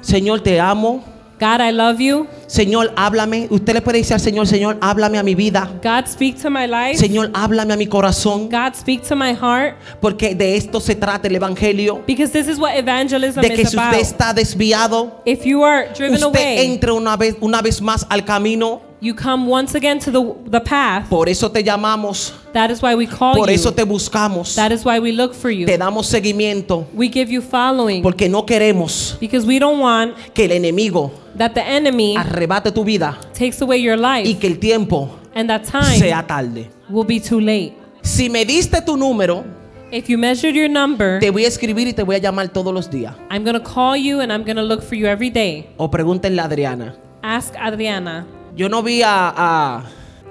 Señor, te amo.
God, I love you.
Señor, háblame. Usted le puede decir al Señor, Señor, háblame a mi vida.
God, speak to my life.
Señor, háblame a mi corazón.
God, speak to my heart.
Porque de esto se trata el Evangelio.
Because this is what evangelism
De que
is
si usted
about.
está desviado,
If you are driven
usted
away,
entre una vez, una vez más al camino.
you come once again to the, the path.
Por eso te llamamos.
That is why we call
Por
you.
eso te buscamos.
that is why we look for you.
Te damos seguimiento.
we give you following.
Porque no queremos
because we don't want
que el enemigo
that the enemy
arrebate tu vida
takes away your life
y que el tiempo
and that time
sea tarde.
will be too late.
Si me diste tu número,
If you measured your number,
te voy a escribir y te voy a llamar todos los días.
I'm going to call you and I'm going to look for you every day.
O pregúntenle a Adriana.
Ask Adriana.
Yo no vi a, a,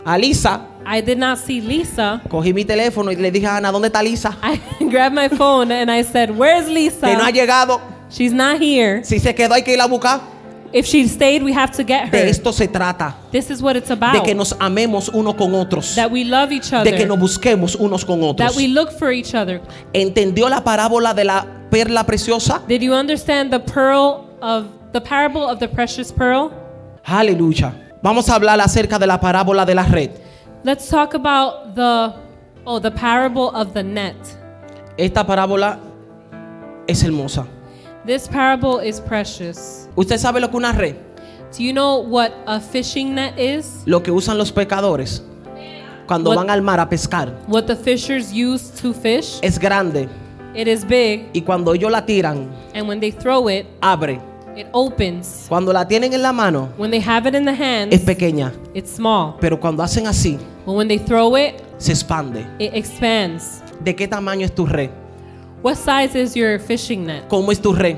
a Lisa.
I did not see Lisa. <laughs>
Cogí mi teléfono y le dije a Ana, ¿dónde está Lisa?
I grabbed my phone and I said, Where's
Que no ha
Lisa?
llegado.
She's not here.
Si se quedó hay que ir a buscar.
If she stayed, we have to get
De
her.
esto se trata.
This is what it's
De
about.
que nos amemos unos con otros.
That we love each
De que
other.
nos busquemos unos con
That
otros.
we look for each other.
¿Entendió la parábola de la perla preciosa?
Did you understand the pearl of the parable of the precious pearl?
Aleluya. Vamos a hablar acerca de la parábola de la red.
Let's talk about the oh, the parable of the net.
Esta parábola es hermosa.
This parable is precious.
¿Usted sabe lo que una red?
Do you know what a fishing net is?
Lo que usan los pecadores cuando
What-
van al mar a pescar.
What the fishers use to fish?
Es grande
It is big,
y cuando ellos la tiran,
and when they throw it,
abre.
it opens.
Cuando la tienen en la mano,
When they have it in the
es
hand,
pequeña.
it's small.
Pero cuando hacen así,
But when they throw it,
se expande.
it expands.
¿De qué tamaño es tu red?
What size is your fishing net?
¿Cómo es tu red?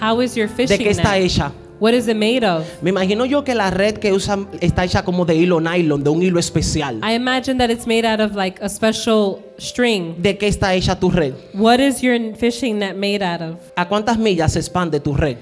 How is your
¿De
fishing
qué está
net?
hecha?
What is it made of?
Me imagino yo que la red que usan está hecha como de hilo nylon, de un hilo especial.
I imagine that it's made out of like a special string.
¿De qué está hecha tu red?
What is your fishing net made out of?
¿A cuántas millas se expande tu red?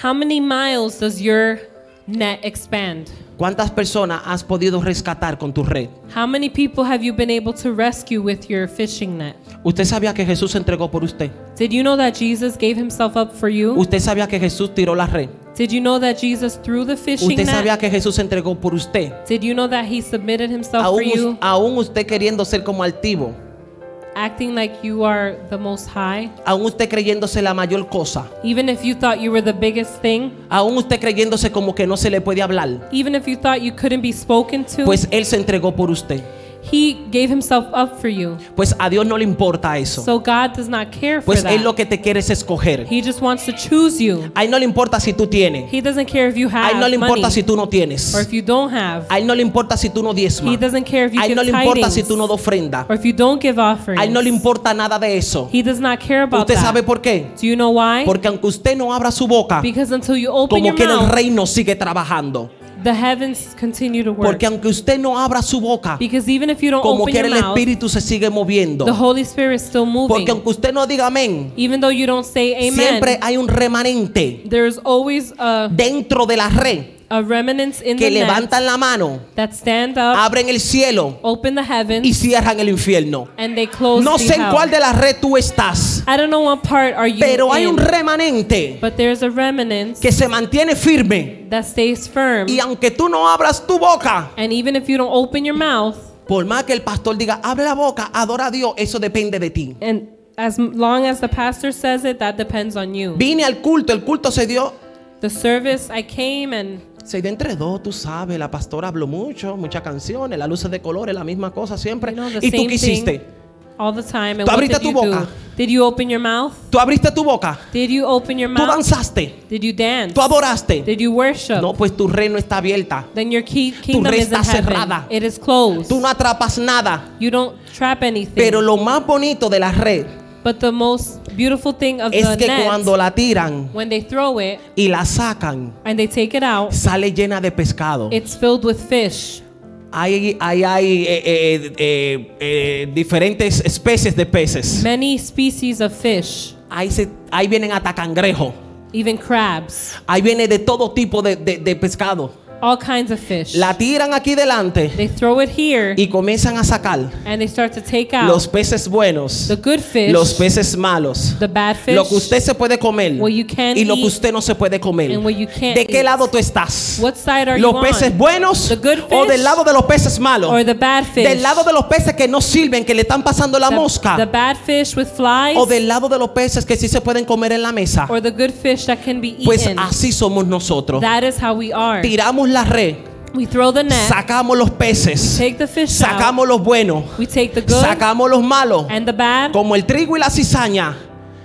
How many miles does your net expand?
¿Cuántas personas has podido rescatar con tu red?
How many people have you been able to rescue with your fishing net?
Usted sabía que Jesús se entregó por usted.
Did you know that Jesus gave himself up for you?
Usted sabía que Jesús tiró la red.
Did you know that Jesus threw the fishing
Usted sabía
net?
que Jesús se entregó por usted.
Did you know that he submitted himself for
Aún, us-
you,
aún usted queriendo ser como altivo.
acting like you are the most high?
Aún usted creyéndose la mayor cosa.
Even if you thought you were the biggest thing,
Aún usted creyéndose como que no se le puede hablar.
even if you thought you couldn't be spoken to,
Pues Él se entregó por usted.
he gave himself up for you.
Pues a Dios no le importa eso.
So God does not care for
Pues Él lo
that.
que te quiere es escoger.
He just wants to choose you.
A Él no le importa si tú tienes.
He doesn't care if you
A
have
Él no le
money
importa si tú no tienes.
or if you don't have.
A él no le importa si tú no diezmas.
He doesn't care if you
A él
give
no le importa
tidings
si tú no das ofrenda.
or if you don't give offerings.
A él no le importa nada de eso.
He does not care about
¿Usted
that.
sabe por qué?
Do you know why?
Porque aunque usted no abra su boca,
because until you open
como
your
que el
mouth,
reino sigue trabajando.
the heavens continue to work.
Porque aunque usted no abra su boca,
Because even if you don't
como
open
quiera
your
el
mouth,
Espíritu se sigue moviendo.
the Holy Spirit is still moving.
Porque aunque usted no diga amén,
even though you don't say amen,
siempre hay un remanente
there's always a,
dentro de la red
a remnants in
que
the net
levantan la mano,
that stand up,
abren el cielo
open the heavens,
y cierran el infierno.
and they close
No
the
sé en
hell.
cuál de la red tú estás,
I don't know what part are you
pero hay
in,
un remanente
but there's a remnant
que se mantiene firme.
that stays firm.
Y aunque tú no abras tu boca,
and even if you don't open your mouth,
por más que el pastor diga, abre la boca, adora a Dios, eso depende de ti.
and as m- long as the pastor says it, that depends on you.
Vine al culto, el culto se dio
the service I came and
Se dio entre dos, tú sabes, la pastora habló mucho, muchas canciones, las luces de colores, la misma cosa siempre.
you know, the
¿Y tú
same
qué
thing
hiciste?
all the time. And
Tú
what
abriste
did
tu
you
boca.
do? Did you open your mouth?
¿Tú abriste tu boca?
Did you open your
¿Tú
mouth?
danzaste?
Did you dance?
¿Tú adoraste?
Did you worship?
No, pues tu reino está abierta.
Then your key, kingdom
red
is in
está
heaven.
cerrada.
It is closed.
Tú no atrapas nada.
you don't trap anything.
Pero lo más bonito de la red
but the most beautiful thing of
es
the
que
net,
cuando la tiran
when they throw it
y la sacan,
and they take it out,
sale llena de pescado.
it's filled with fish.
Ahí hay, hay eh, eh, eh, eh, diferentes especies de peces.
Many species of fish,
Ahí, se, ahí vienen hasta cangrejo.
even crabs,
Ahí viene de todo tipo de- de- de pescado.
all kinds of fish.
La tiran aquí delante
they throw it here
y comienzan a sacar
and they start to take out
los peces buenos,
the good fish,
los peces malos,
the bad fish,
lo que usted se puede comer
what you can
y lo que
eat
usted no se puede comer.
and what you can't
¿De qué
eat.
lado tú estás?
What side are
¿Los
you
peces
on?
buenos
The good
o del
fish
lado de los peces malos?
or the bad fish.
¿Del lado de los peces que no sirven, que le están pasando la
the,
mosca?
the bad fish with flies
¿O del lado de los peces que sí se pueden comer en la mesa?
or the good fish that can be
Pues
eaten.
así somos nosotros.
that is how we are.
Tiramos la red,
We throw the net,
sacamos los peces,
take the fish
sacamos los buenos,
out, we take the good
sacamos los malos.
and the bad,
como el trigo y la cizaña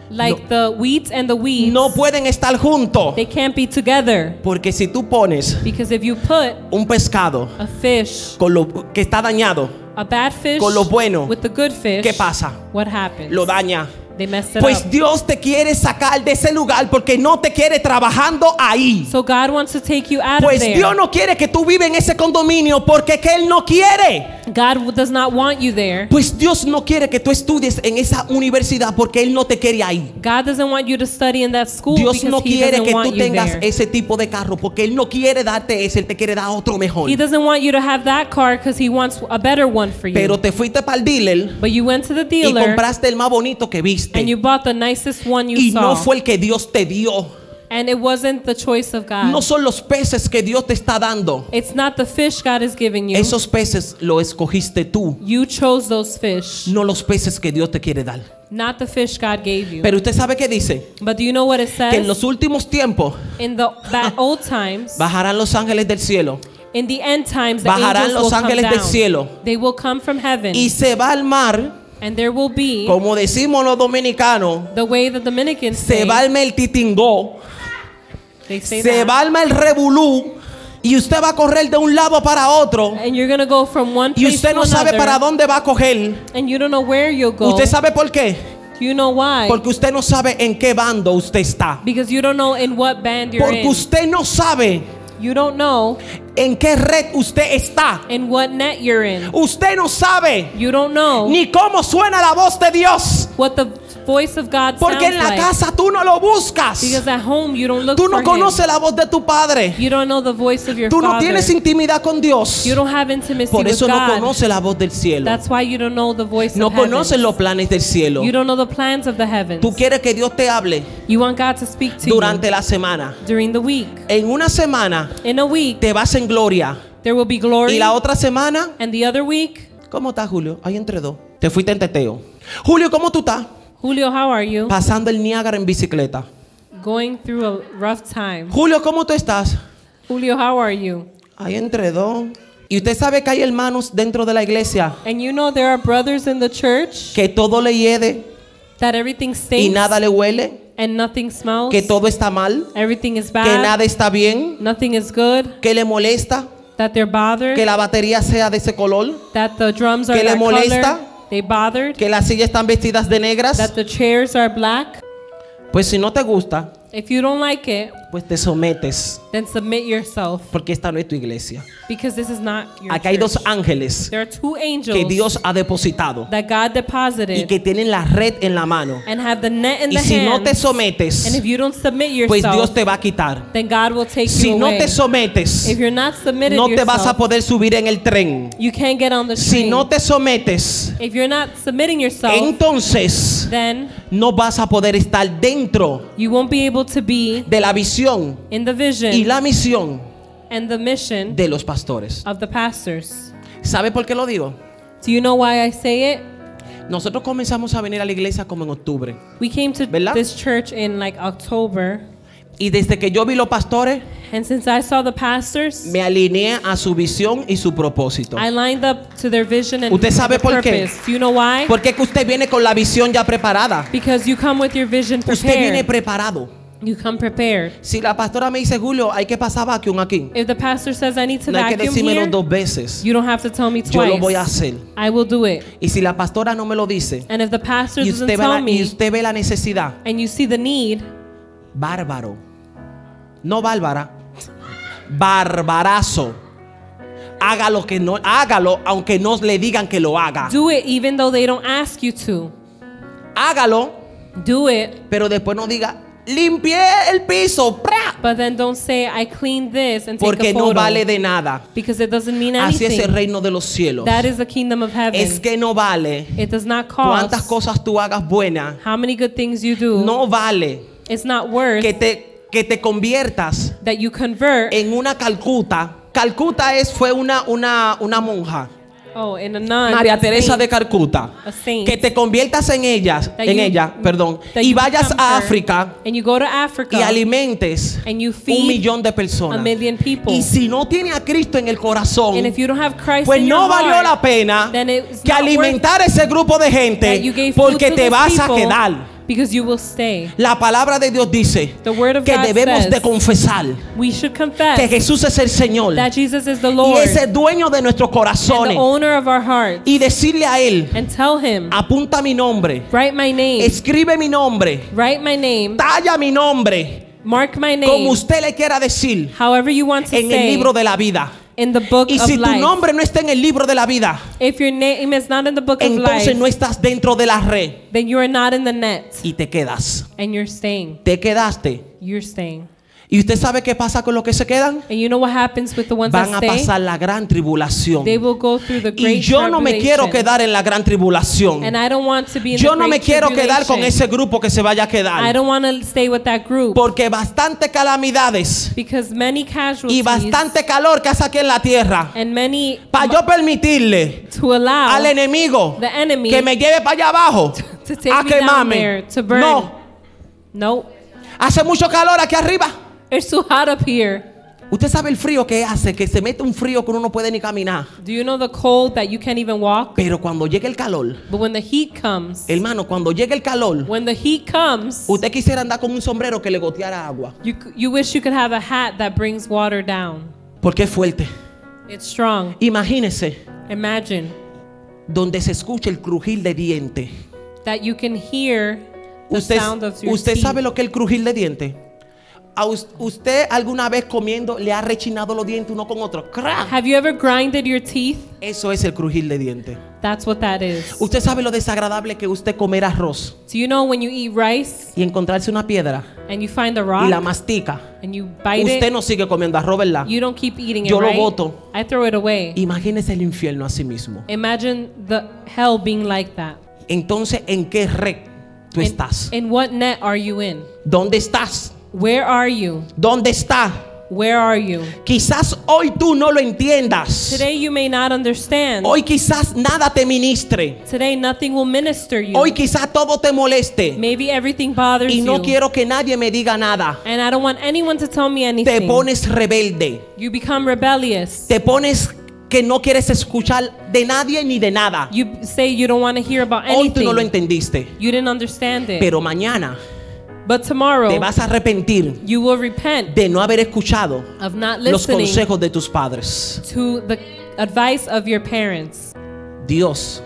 like the wheat and the weeds.
no pueden estar juntos.
They can't be together
Porque si tú pones
because if you put
un pescado
a fish,
con lo que está dañado,
a bad fish
Con lo bueno,
with the good fish,
¿qué pasa?
What happens?
lo daña.
They mess it
Pues
up.
Dios te quiere sacar de ese lugar porque no te quiere trabajando ahí.
So God wants to take you out
Pues
of there.
Dios no quiere que tú vives en ese condominio porque que Él no quiere.
God does not want you there.
Pues Dios no quiere que tú estudies en esa universidad porque Él no te quiere ahí.
God doesn't want you to study in that school
Dios
because
no
He
quiere
doesn't
que
want
tú
you
tengas
there.
ese tipo de carro porque Él no quiere darte ese, Él te quiere dar otro mejor.
He doesn't want you to have that car because He wants a better one for you.
Pero te fuiste para el dealer.
but you went to the
y
dealer
compraste el más bonito que
and
viste
you bought the nicest one you
y
saw.
no fue el que Dios te dio.
and it wasn't the choice of God.
No son los peces que Dios te está dando.
It's not the fish God is giving you.
Esos peces lo escogiste tú,
you chose those fish,
no los peces que Dios te quiere dar.
not the fish God gave you.
Pero usted sabe qué dice?
but do you know what it says?
Que en los Ah. últimos tiempos
in the that old times,
bajarán los ángeles del cielo
in the end times, the
Bajarán
angels
los
will come
ángeles
down.
del cielo.
They will come from heaven,
y se va al mar,
and there will be
como decimos los dominicanos,
the way the Dominicans
se
say.
va al mar el titingó,
they say
se
that.
va al mar el revolú y usted va a correr de un lado para otro
and you're gonna go from one
y
place
usted
to
no sabe
another,
para dónde va a coger.
and you don't know where you'll go.
¿Usted sabe por qué?
you know why?
Porque usted no sabe en qué bando usted está.
because you don't know in what band you're
Porque
in.
usted no sabe
You don't know
en qué red usted está.
in what net you're in.
Usted no sabe
You don't know
ni cómo suena la voz de Dios.
what the voice of God
Porque en
sounds
la
like.
casa tú no lo buscas.
Because at home you don't look
Tú no
for
conoces
him.
la voz de tu padre.
You don't know the voice of your
Tú no
father.
tienes intimidad con Dios.
you don't have intimacy
Por eso
with
no
God.
conoces la voz del cielo.
That's why you don't know the voice
No
of heaven.
conoces los planes del cielo.
You don't know the plans of the heavens.
Tú quieres que Dios te hable
you want God to speak to
durante la semana.
you during the week.
En una semana
In a week
te vas en gloria.
there will be glory
Y la otra semana
and the other week
¿Cómo estás, Julio? Ahí entre dos. Te fuiste en teteo. Julio, ¿cómo tú estás?
Julio, how are you?
Pasando el Niágara en bicicleta.
Going through a rough time.
Julio, ¿cómo tú estás?
Julio, how are you?
Ahí entre dos. Y usted sabe que hay hermanos dentro de la iglesia
And you know there are brothers in the church
que todo le hiede
that everything
y
stinks
nada le huele,
and nothing smells.
que todo está mal,
everything is
que
bad.
nada está bien,
nothing is good.
que le molesta,
That they're bothered.
que la batería sea de ese color,
that the drums are
que le
that color.
molesta.
They bothered.
que las sillas están vestidas de negras.
that the chairs are black.
Pues si no te gusta,
If you don't like it,
pues te sometes,
then submit yourself
porque esta no es tu iglesia.
because this is not your
Acá hay dos
church.
ángeles
There are two angels
que Dios ha depositado
that God
y
deposited
que tienen la red en la mano.
and have the net in
Y
the
si no
hand.
te
and
sometes,
if you don't submit
pues Dios
yourself,
te va a quitar.
then God will take
Si
you
no
away.
te sometes,
if you're not submitted
no te
yourself,
vas a poder subir en el tren.
you can't get on the train.
Si no te sometes,
if you're not submitting yourself,
entonces
then
no vas a poder estar dentro
you won't be able to be
de la visión
in the vision
y la misión
and the mission
de los pastores.
of the pastors.
¿Sabe por qué lo digo?
Do you know why I say it?
Nosotros comenzamos a venir a la iglesia como en octubre.
We came to
¿Verdad?
this church in like October,
Y desde que yo vi los pastores,
and since I saw the pastors,
me alineé a su visión y su propósito.
I lined up to their vision and
¿Usted sabe
their
por qué?
purpose. Do you know why?
Porque es que usted viene con la visión ya preparada.
because you come with your vision
Usted viene
prepared.
preparado.
you come prepared.
Si la pastora me dice, Julio, hay que pasar vacuum aquí.
If the pastor says I need to
No hay que
vacuum here,
decírmelo dos veces.
you don't have to tell me twice.
Yo lo voy a hacer.
I will do it.
Y si la pastora no me lo dice
And if the pastor
y
doesn't
usted, ve la,
tell
y
me
usted ve la necesidad,
and you see the need,
bárbaro. No bárbara. Barbarazo. Hágalo que no, hágalo aunque no le digan que lo haga.
do it even though they don't ask you to.
Hágalo,
Do it,
pero después no diga, limpié el piso, ¡pra!
but then don't say I cleaned this and take
porque
a
no
photo
vale de nada.
because it doesn't mean
Así es el
anything.
reino de los cielos.
That is the kingdom of heaven.
Es que no vale
it does not
cuántas
cost
cosas tú hagas buenas.
how many good things you do.
No vale
It's not worth
que eh, te, que te conviertas
that you convert
en una Calcuta. Calcuta es, fue una, una, una monja.
oh in a nun
María
a
Teresa
saint,
de Calcuta.
a saint
Que te conviertas en ellas,
that
en
you-
ella, perdón,
that
y
you
vayas
become
a
her,
África
and you go to Africa
y alimentes
and you
un
feed
millón de
a
personas.
million people.
Y si no tiene a Cristo en el corazón,
and if you don't have Christ
pues
in your
no valió
heart,
la pena
then it's
que
not
alimentar ese grupo de
that
gente
you gave food
porque
to
te
those
vas a
people
quedar.
because you will stay.
La palabra de Dios dice
The word of
que
God
debemos
says
de confesar
we should confess
que Jesús es el Señor
that Jesus is the
y
Lord
es el dueño de nuestros
and the
corazones
owner of our heart
y decirle a Él,
and tell him
apunta mi nombre,
write my name
escribe mi nombre,
write my name
talla mi nombre,
mark my
como
name
usted le quiera decir,
however you want to
en el
say
libro de la vida.
in the book
Y
of
si tu
life
nombre no está en el libro de la vida,
if your name is not in the book of
entonces
life
no estás dentro de la red
then you are not in the net
y te quedas.
and you're staying
Te quedaste.
you're staying
¿Y usted sabe qué pasa con los que se quedan?
and you know what happens with the ones
Van a
that stay
pasar la gran tribulación.
they will go through the
Y
great
yo no me quiero
tribulation.
quedar en la gran tribulación.
and I don't want to be in
Yo
the
no me
great
quiero quedar con
tribulation.
ese grupo que se vaya a
I
quedar.
don't want to stay with that group
Porque bastante calamidades
because many
y
casualties
bastante calor que hace aquí en la tierra.
and many
Para yo permitirle
to allow
al enemigo
the enemy
que me lleve para allá abajo
<laughs> to take
a
me down there
quemarme.
to burn.
No,
no,
hace mucho calor aquí arriba.
it's too hot up here.
Usted sabe el frío que hace, que se mete un frío que uno no puede ni caminar.
Do you know the cold that you can't even walk?
Pero cuando llegue el calor,
But when the heat comes,
hermano, cuando llegue el calor,
when the heat comes,
usted quisiera andar con un sombrero que le goteara agua.
you c- you wish you could have a hat that brings water down.
Porque es fuerte.
It's strong.
Imagínese
Imagine
donde se escucha el crujir de dientes.
that you can hear the
Usted,
sound of your
usted
teeth.
sabe lo que es el crujir de dientes. A us- usted alguna vez comiendo le ha rechinado los dientes uno con otro. ¡Crack!
Have you ever grinded your teeth?
Eso es el crujir de dientes.
That's what that is.
Usted sabe lo desagradable que usted comer arroz
Do you know when you eat rice
y encontrarse una piedra
and you find a
y la
rock
mastica.
and you bite
Usted
it,
no sigue comiendo arroz, ¿verdad?
you don't keep eating
Yo
it,
lo
right?
boto.
I throw it away.
Imagínese el infierno a sí mismo.
Imagine the hell being like that.
Entonces, ¿en qué red tú
In-
estás?
In, what net are you in?
¿Dónde estás?
Where are you?
¿Dónde está?
Where are you?
Quizás hoy tú no lo entiendas.
Today you may not understand.
Hoy quizás nada te ministre.
Today nothing will minister you.
Hoy quizás todo te moleste.
Maybe everything bothers
Y no
you.
quiero que nadie me diga nada.
and I don't want anyone to tell me
Te
anything.
pones rebelde.
you become rebellious.
Te pones que no quieres escuchar de nadie ni de nada.
You say you don't want to hear about
Hoy tú
anything.
no lo entendiste.
you didn't understand it.
Pero mañana
but tomorrow
te vas a arrepentir
you will repent
de no haber escuchado
of not
los
listening
consejos de tus padres.
to the advice of your parents.
Dios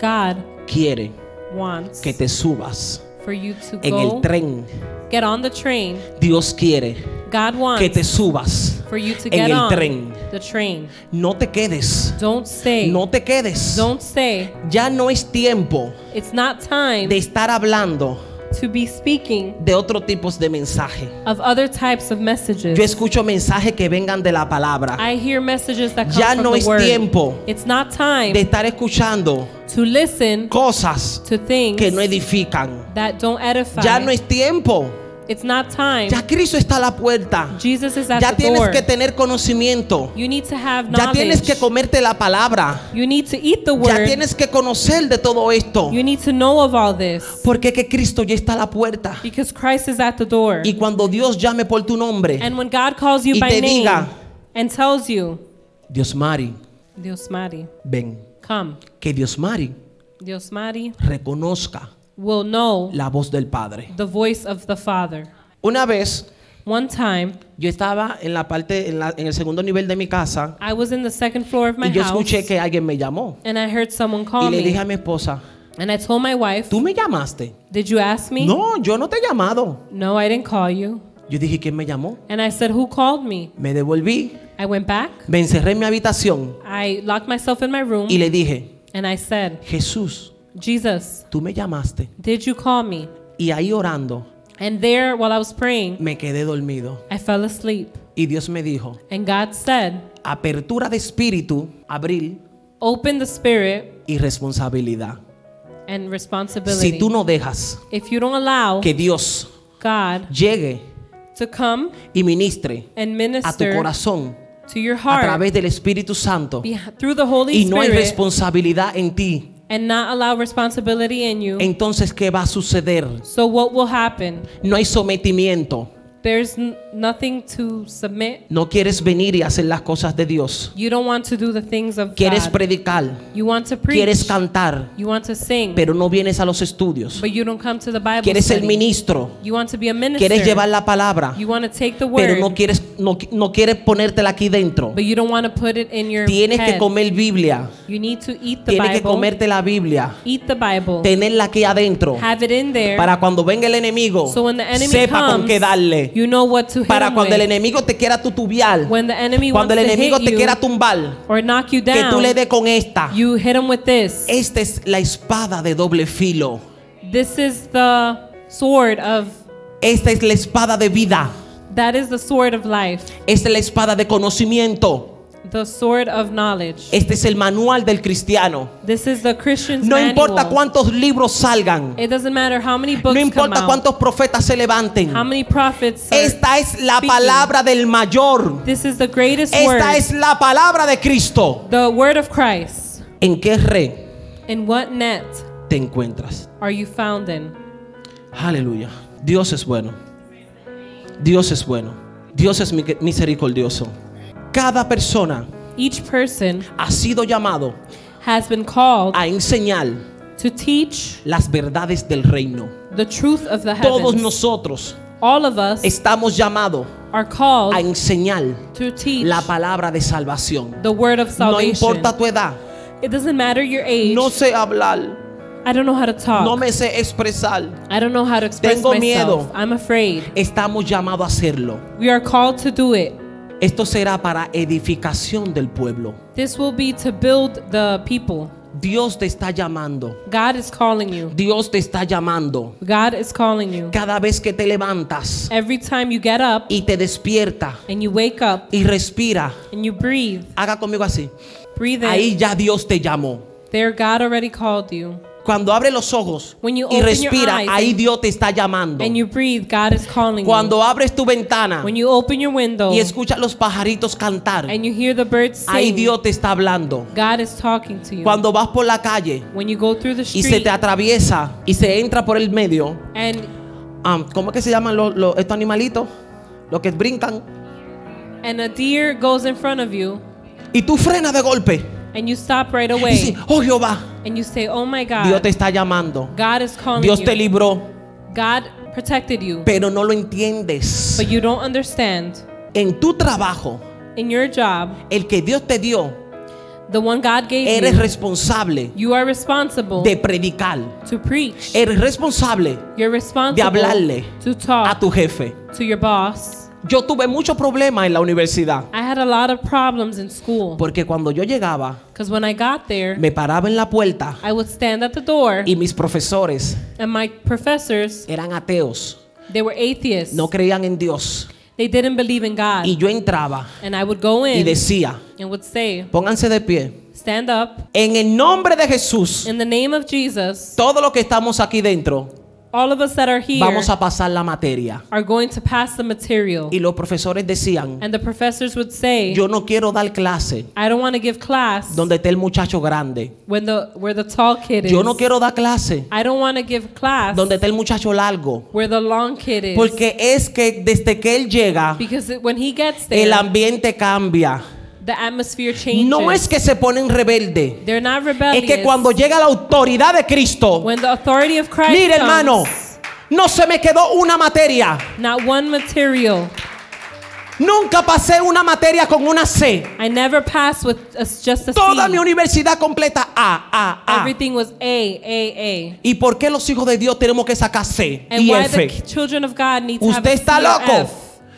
God
quiere
wants
que te subas
for you to
en el
go
tren.
get on the train.
Dios quiere
God
que te
wants
subas
for you to
en
get
el
on
tren.
the train.
No te quedes.
Don't stay.
No te quedes.
Don't stay.
Ya no es tiempo
It's not time
de estar hablando
to be speaking
de otro tipo de mensaje.
of other types of messages.
Yo escucho mensajes que vengan de la palabra.
I hear messages that come
Ya
from
no
the
es
word.
tiempo
It's not time
De estar escuchando
to listen
cosas
to things
que no edifican.
that don't edify.
Ya no es tiempo.
it's not time.
Ya Cristo está a la puerta.
Jesus is at
Ya
the
tienes
door.
que tener conocimiento.
you need to have
Ya
knowledge.
tienes que comerte la palabra.
you need to eat the
Ya
word.
tienes que conocer de todo esto.
you need to know of all this
Porque que Cristo ya está a la puerta.
because Christ is at the door.
Y cuando Dios llame por tu nombre,
and when God calls you
Y
by
te
name
diga-
and tells you,
Dios Mari,
Dios Mari,
ven.
come.
Que Dios Mari
Dios Mari
reconozca
will know
la voz del Padre.
the voice of the Father.
Una vez
One time,
yo estaba en la parte, en, la- en el segundo nivel de mi casa
I was in the second floor of my
y yo
house
escuché que alguien me llamó.
and I heard someone
Y
call
le
me.
dije a mi esposa,
And I told my wife,
¿tú me llamaste?
Did you ask me?
No, yo no te he llamado.
No, I didn't call you.
Yo dije, ¿quién me llamó?
And I said, Who called me?
Me devolví,
I went back.
me encerré en mi habitación
I locked myself in my room
y le dije,
and I said,
Jesús,
Jesus,
tú me llamaste.
did you call me?
Y ahí orando,
And there, while I was praying,
me quedé dormido.
I fell asleep.
Y Dios me dijo,
And God said,
apertura de espíritu, abril
Open the spirit
y responsabilidad.
and
Si
responsibility.
tú no dejas
if you don't allow
que Dios
God
llegue
to come
y ministre
and
a tu
minister
corazón
to your
a
heart
través del Espíritu Santo
be- through the Holy
y no hay
Spirit
responsabilidad en ti,
and not allow responsibility in you,
entonces ¿qué va a suceder?
so what will happen?
No hay sometimiento.
There's n- nothing to submit.
No quieres venir y hacer las cosas de Dios.
You don't want to do the things of
Quieres
God.
predicar,
You want to preach.
quieres cantar,
You want to sing.
pero no vienes a los estudios.
but you don't come to the Bible
Quieres ser
study.
ministro,
You want to be a minister.
quieres llevar la palabra,
you want to take the word.
pero no quieres no, no quieres ponértela aquí dentro.
but you don't want to put it in your
Tienes que
head.
comer Biblia,
you need to eat the
tienes que
Bible.
comerte la Biblia,
eat the Bible.
tenerla aquí adentro.
Have it in there.
para cuando venga el enemigo
so when the enemy
sepa
comes,
con qué darle
you know what to hit
para
him
cuando el
with.
enemigo te quiera tutubiar
when the enemy
cuando el
wants
enemigo
to hit
te
you
quiera tumbar
or knock you
que
down,
tú le des Eh. con esta
you hit him with this.
esta es la espada de doble filo
This is the sword of
esta es la espada de vida
That is the sword of life,
esta es la espada de conocimiento
the sword of knowledge.
este es el manual del cristiano
This is the Christian's
Eh. no
manual.
importa cuántos libros salgan
It doesn't matter how many books
no
come
importa
out,
cuántos profetas se levanten
how many prophets. are-
esta es la
speaking.
palabra del mayor
this is the greatest word,
esta es la palabra de Cristo
the word of Christ.
en qué red
In what net
te encuentras
are you found in?
Aleluya. Dios es bueno. Dios es bueno. Dios es mi- misericordioso. Cada persona
Each person
ha sido llamado
has been called
a enseñar
to teach
las verdades del reino.
the truth of the
Todos
heavens.
nosotros
All of us
estamos llamados
are called
a enseñar
to teach
la palabra de salvación.
the word of
No
salvation.
importa tu edad.
it doesn't matter your age.
No sé hablar.
I don't know how to talk.
No me sé expresar.
I don't know how to express
Tengo
myself.
miedo.
I'm afraid.
Estamos llamados a hacerlo.
We are called to do it.
Esto será para edificación del pueblo.
This will be to build the people.
Dios te está llamando.
God is calling you.
Dios te está llamando.
God is calling you.
Cada vez que te levantas
Every time you get up
y te despierta
and you wake up
y respira,
and you breathe,
haga conmigo así.
breathe in.
Ahí ya Dios te llamó.
There, God already called you.
Cuando abre los ojos
When you
y
open
respira,
your eyes
ahí
and-
Dios te está llamando.
And you breathe, God is calling
Cuando abres tu ventana
you. When you open your window
y escuchas los pajaritos cantar,
and you hear the birds
ahí
sing,
Dios te está hablando.
God is talking to you.
Cuando vas por la calle
when you go through the
y se
street
te atraviesa y se entra por el medio,
and
ah, ¿cómo es que se llaman los, los- estos animalitos? Los que brincan.
and a deer goes in front of you
Y tú frenas de golpe.
and you stop right
Y
away
dices, oh Jehová,
and you say, "Oh my God,
Dios te está llamando.
God is calling
Dios
you.
te libró,
God protected you,
pero no lo entiendes.
but you don't understand.
En tu trabajo,
In your job,
el que Dios te dio,
the one God gave
Eres
you,
responsable
you are responsible
de predicar.
to preach.
Eres responsable
You're responsible
hablarle
to
a
talk
tu jefe.
to your boss.
Yo tuve muchos problemas en la universidad
I had a lot of problems in school
porque cuando yo llegaba
because when I got there,
me paraba en la puerta
I would stand at the door
y mis profesores
and my professors,
eran ateos,
they were atheists.
no creían en Dios
They didn't believe in God.
y yo entraba
And I would go
y
in
decía,
and would say,
pónganse de pie.
Stand up
En el nombre de Jesús,
in the name of Jesus.
todos los que estamos aquí dentro
All of us that are here
vamos a pasar la materia.
are going to pass the material.
Y los profesores decían,
And the professors would say,
yo no quiero dar clase
I don't want to give class
donde esté el muchacho grande.
when the where the tall kid is.
Yo no quiero dar clase
I don't want to give class
donde esté el muchacho largo.
where the long kid is.
Porque es que desde que él llega,
because it- when he gets there,
el ambiente cambia.
the atmosphere changes.
No es que se ponen rebelde,
They're not
es
rebellious.
que cuando llega la autoridad de Cristo,
when the authority of Christ
mire
comes,
hermano, no se me quedó una materia.
not one material.
Nunca pasé una materia con una C.
I never passed with a, just a
Toda
C.
mi universidad completa A, A, A.
Everything was A, A, A.
¿Y por qué los hijos de Dios tenemos que sacar C
And
y
why the
E F?
k- children of God need to have
Usted
a
está
C or
loco.
F.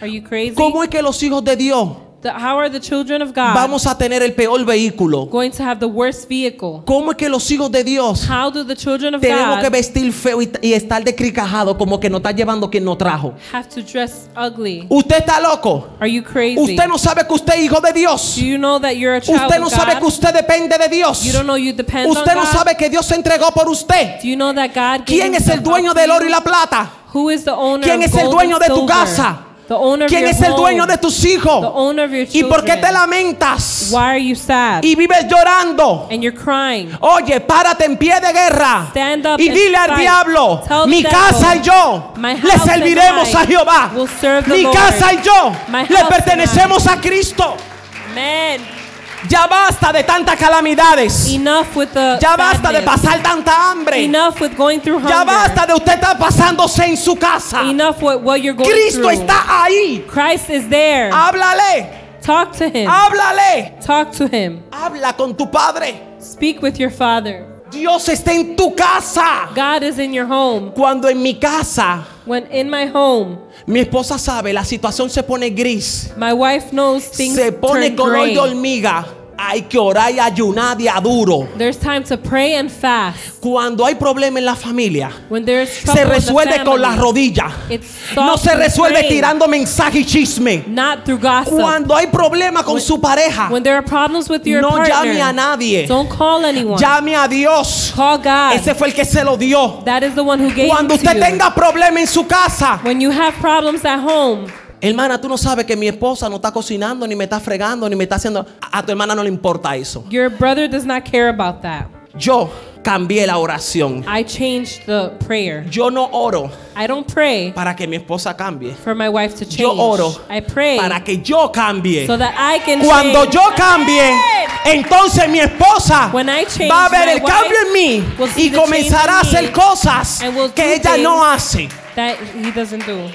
Are you crazy?
¿Cómo es que los hijos de Dios
The- how are the children of God
vamos a tener el peor vehículo?
going to have the worst vehicle?
¿Cómo es que los hijos de Dios
How do the children of
tenemos que
God
vestir feo y, y estar descricajado como que nos está llevando quien nos trajo?
have to dress ugly?
Usted está loco.
Are you crazy?
Usted no sabe que usted es hijo de Dios.
do you know that you're a child
Usted no
of
sabe
God?
que usted depende de Dios.
you don't know you depend on
Usted no
God?
sabe que Dios se entregó por usted.
do you know that God gave
¿Quién es
himself
el dueño
up
del
to
oro y
you?
la plata?
Who is the owner
¿Quién
of
es el
gold
dueño
and
de tu
silver?
casa?
The owner of
¿Quién
your
es el
home.
dueño de tus
The
hijos?
owner of your
¿Y
children.
por qué te lamentas?
Why are you sad?
Y vives llorando.
and you're crying.
Oye, párate en pie de guerra
Stand up
y
and
dile al
fight.
diablo,
Tell the
mi
devil,
casa y yo
"My
le
house and
serviremos
I
a Jehová.
will serve the
Mi
Lord.
casa y yo
My house
le
and
pertenecemos a Cristo.
Man,
Ya basta de tantas calamidades.
enough with the
Ya basta de
sadness.
pasar tanta hambre.
Enough with going through hunger.
Ya basta de usted estar pasándose en su casa.
Enough with what you're going
Cristo
through.
está Ah. ahí.
Christ is there.
Háblale,
Talk to him.
Ah. háblale.
Talk to him.
Habla con tu padre.
Speak with your father.
Dios está en tu casa.
God is in your home.
Cuando en mi casa
When in my home,
Mi esposa sabe, la situación se pone gris,
my wife knows things
se pone
turn
color
gray.
de hormiga. Hay que orar y ayunar de a duro.
There's time to pray and fast.
Cuando hay problema en la familia,
When there is trouble
se
in the
resuelve con las
family,
rodillas.
it's
No
solved
se
through
resuelve
praying,
tirando mensaje y chisme.
Not through gossip.
Cuando hay problema con su pareja,
when there are problems with your
no
partner,
llame a nadie.
don't call anyone.
Llame a Dios.
Call God.
Ese fue el que se lo dio.
that is the one who gave
Cuando
it to
usted
you.
tenga problema en su casa,
When you have problems at home,
hermana, tú no sabes que mi esposa no está cocinando, ni me está fregando, ni me está haciendo. A a tu hermana no le importa eso.
your brother does not care about that.
Yo cambié la oración.
I changed the prayer.
Yo no oro
I don't pray
para que mi esposa cambie.
for my wife to change.
Yo oro
I pray
para que yo cambie.
so that I can
Cuando
change.
yo cambie, entonces mi esposa
When I change,
va a ver
my
el cambio en
wife
mí
will see
y
the change
comenzará a
in me
hacer cosas
and will
que
do
ella no
things.
hace.
That he doesn't do.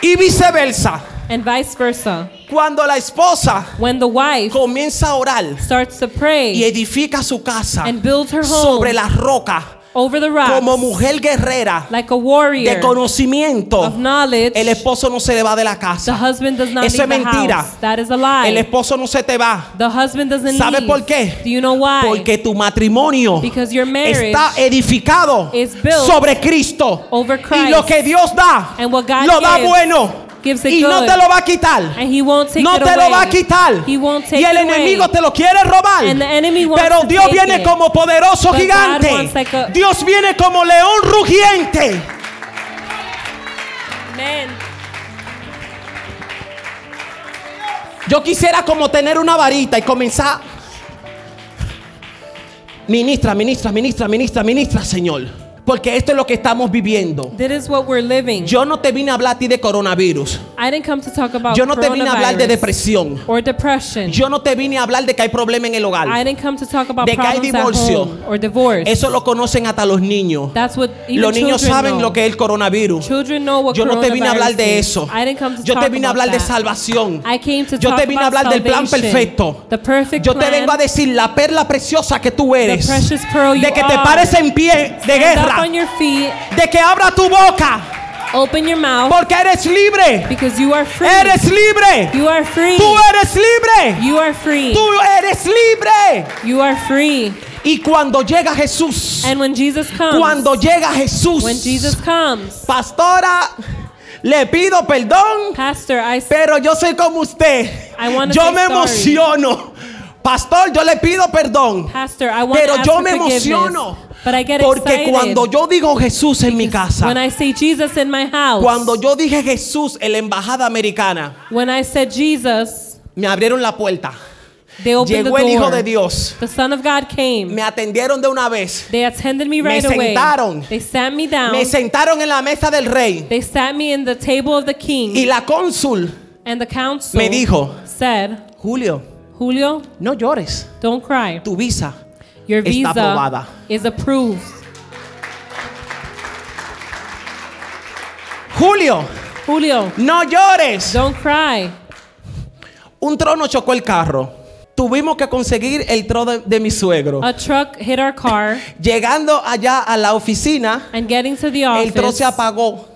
Y viceversa.
And vice versa.
Cuando la esposa
When the wife
comienza a orar
starts to pray
y edifica su casa
and builds her home
sobre la roca
over the rocks
como mujer guerrera
like a warrior
de conocimiento,
of knowledge,
el esposo no se le va de la
the
casa.
husband does not
Eso
leave
es
the
mentira.
house. That is a lie.
El esposo no se te va
the husband doesn't
¿Sabe
leave.
por qué?
Do you know why?
porque tu matrimonio
Because your marriage
está edificado
is built
sobre Cristo.
over Christ.
Y lo que Dios da,
And what God
lo da
gives,
bueno
gives it
y no
good.
te lo va a quitar.
And he won't take
No
it
te
away.
lo va a quitar.
He won't take
y el
it away.
enemigo te lo quiere robar.
And the enemy wants
Pero
to
Dios
take
viene
it.
como poderoso
But God
gigante.
wants like a-
Dios viene como león rugiente.
Amen.
Yo quisiera como tener una varita y comenzar. Ministra, ministra, ministra, ministra, ministra, Señor. Porque esto es lo que estamos viviendo.
That is what we're living.
Yo no te vine a hablar a ti de coronavirus.
I didn't come to talk about
Yo no te vine a hablar de
coronavirus
depresión.
or depression.
Yo no te vine a hablar de que hay problema en el
I
hogar.
didn't come to talk about
De que hay
problems
divorcio.
at home or divorce.
Eso lo conocen hasta los niños.
That's what even
Los niños
children
saben
know.
lo que es el coronavirus.
Children know what
Yo no te vine a hablar
coronavirus
de
is.
eso.
I didn't come to
Yo te
talk
vine a
about
hablar de
that.
salvación.
I came to
Yo
talk
te vine a
about
hablar del plan
salvation,
perfecto.
the perfect
Yo te
plan.
vengo a decir la perla preciosa que tú eres.
The precious pearl you
De que te
are.
pares en pie de
Stand up
guerra.
on your feet,
De que abra tu boca.
open your mouth,
Porque eres libre.
because you are free.
Eres libre.
You are free.
Tú eres libre.
You are free.
Tú eres libre.
You are free.
Y cuando llega Jesús.
And when Jesus comes,
Cuando llega
when Jesus
Jesús.
comes,
Pastora, le pido perdón.
Pastor, I say,
Pero yo soy como usted.
I wanna
Yo
say
me
sorry.
emociono. Pastor, yo le pido perdón.
Pastor, I want
Pero
to ask
yo
for
me
forgiveness,
emociono.
But I get
Porque
excited
cuando yo digo Jesús en mi casa,
when I say Jesus in my house.
cuando yo dije Jesús en la embajada americana,
when I said Jesus,
me abrieron la puerta.
they opened
Llegó
the
el
door.
Hijo de Dios.
The Son of God came.
Me atendieron de una vez.
They attended me right away.
sentaron.
They sat me down.
Me sentaron en la mesa del rey.
they sat me in the table of the king.
Y la cónsul
and the council
me dijo,
said,
Julio,
Julio,
no llores.
don't cry.
Tu visa.
Your
está
visa
aprobada."
is approved.
Julio,
Julio,
no llores.
don't cry.
Un trono chocó el carro. Tuvimos que conseguir el trono de, de mi suegro.
A truck hit our car
Llegando allá a la oficina,
and getting to the
el trono
office,
se apagó.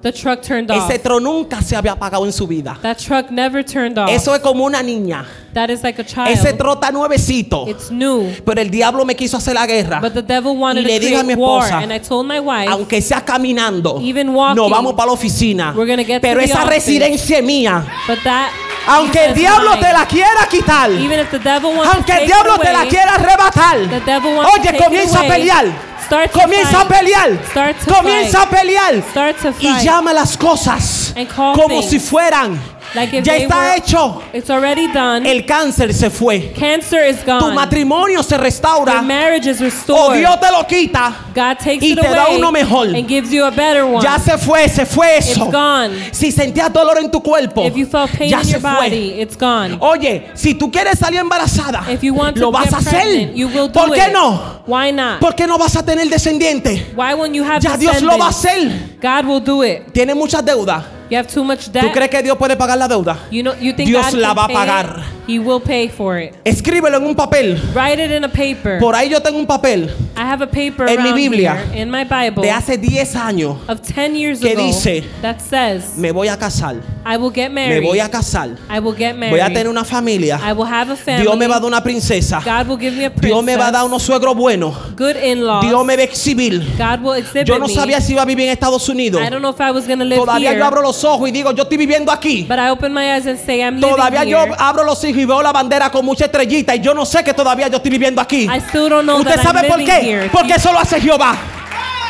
the truck turned off.
Ese trono nunca se había apagado en su vida.
That truck never turned off.
Eso es como una niña.
that is like a child.
Ese trono está nuevecito.
it's new.
Pero el diablo me quiso hacer la guerra.
But the devil
Y
wanted
le
to
dije a mi
create war.
esposa,
And I told my wife,
Aunque sea caminando,
Even walking,
nos vamos para la oficina.
we're gonna get
Pero
to the
esa
office.
residencia es mía.
but that
Aunque el
visa is
diablo
mine.
te la quiera quitar,
Even if the devil wants
aunque
to
el
take
diablo
it away,
te la quiera arrebatar,
the devil wants to
oye,
take
comienza
it
a
away,
pelear.
Start to
Comienza a
fight.
pelear.
Start to
Comienza
fight.
a pelear.
Start to
Y
fight.
llama las cosas
And call
como
things
si fueran.
Like if
ya
they
está
were-
hecho.
It's already done.
El cáncer se fue.
Cancer is
Tu
gone.
matrimonio se
Your
restaura.
marriage is
O
restored.
Dios te lo quita.
God takes
y
it
te
away
da uno mejor.
and gives you a better one.
Ya se fue, se fue
it's
eso.
gone.
Si sentías dolor en tu cuerpo,
If you felt pain
ya
in
se
your
fue.
body, it's gone.
Oye, si tú quieres salir embarazada,
If you want to
lo vas
get
a hacer.
pregnant, you will do
¿Por qué
it.
no?
Why not?
¿Por qué no vas a tener descendiente?
Why won't you have
Ya Dios lo va a
descendants?
hacer.
God will do it.
Tienes muchas deudas.
You have too much
¿Tú
debt.
crees que Dios puede pagar la deuda?
You know, you think
Dios
God
la
can
va a
pay
pagar.
It? He will pay for it.
Escríbelo en un papel.
Write it in a paper.
Por ahí yo tengo un papel
I have a paper
En mi
around
Biblia.
here in my Bible
de hace 10 años.
of 10 years
que
ago
dice,
that says,
Me voy a casar.
I will get
Me
married.
voy a casar.
I will get married.
Voy a tener una
I
familia.
will have a family.
Dios me va a dar una princesa.
God will give me a princess.
Dios me va a dar unos suegros buenos.
good in-laws.
Dios me va a exhibir.
God will exhibit
Yo no
me.
sabía si iba a vivir en Estados Unidos.
I don't know if I was going to live
Todavía
here,
yo abro los ojos y digo, yo estoy viviendo aquí.
but I open my eyes and say I'm
Todavía
living
yo
here.
abro los ojos y veo la bandera con mucha estrellita y yo no sé que todavía yo estoy viviendo aquí.
I still don't know
¿Usted
that
sabe
I'm
por
living
qué?
here.
Porque eso lo hace Jehová.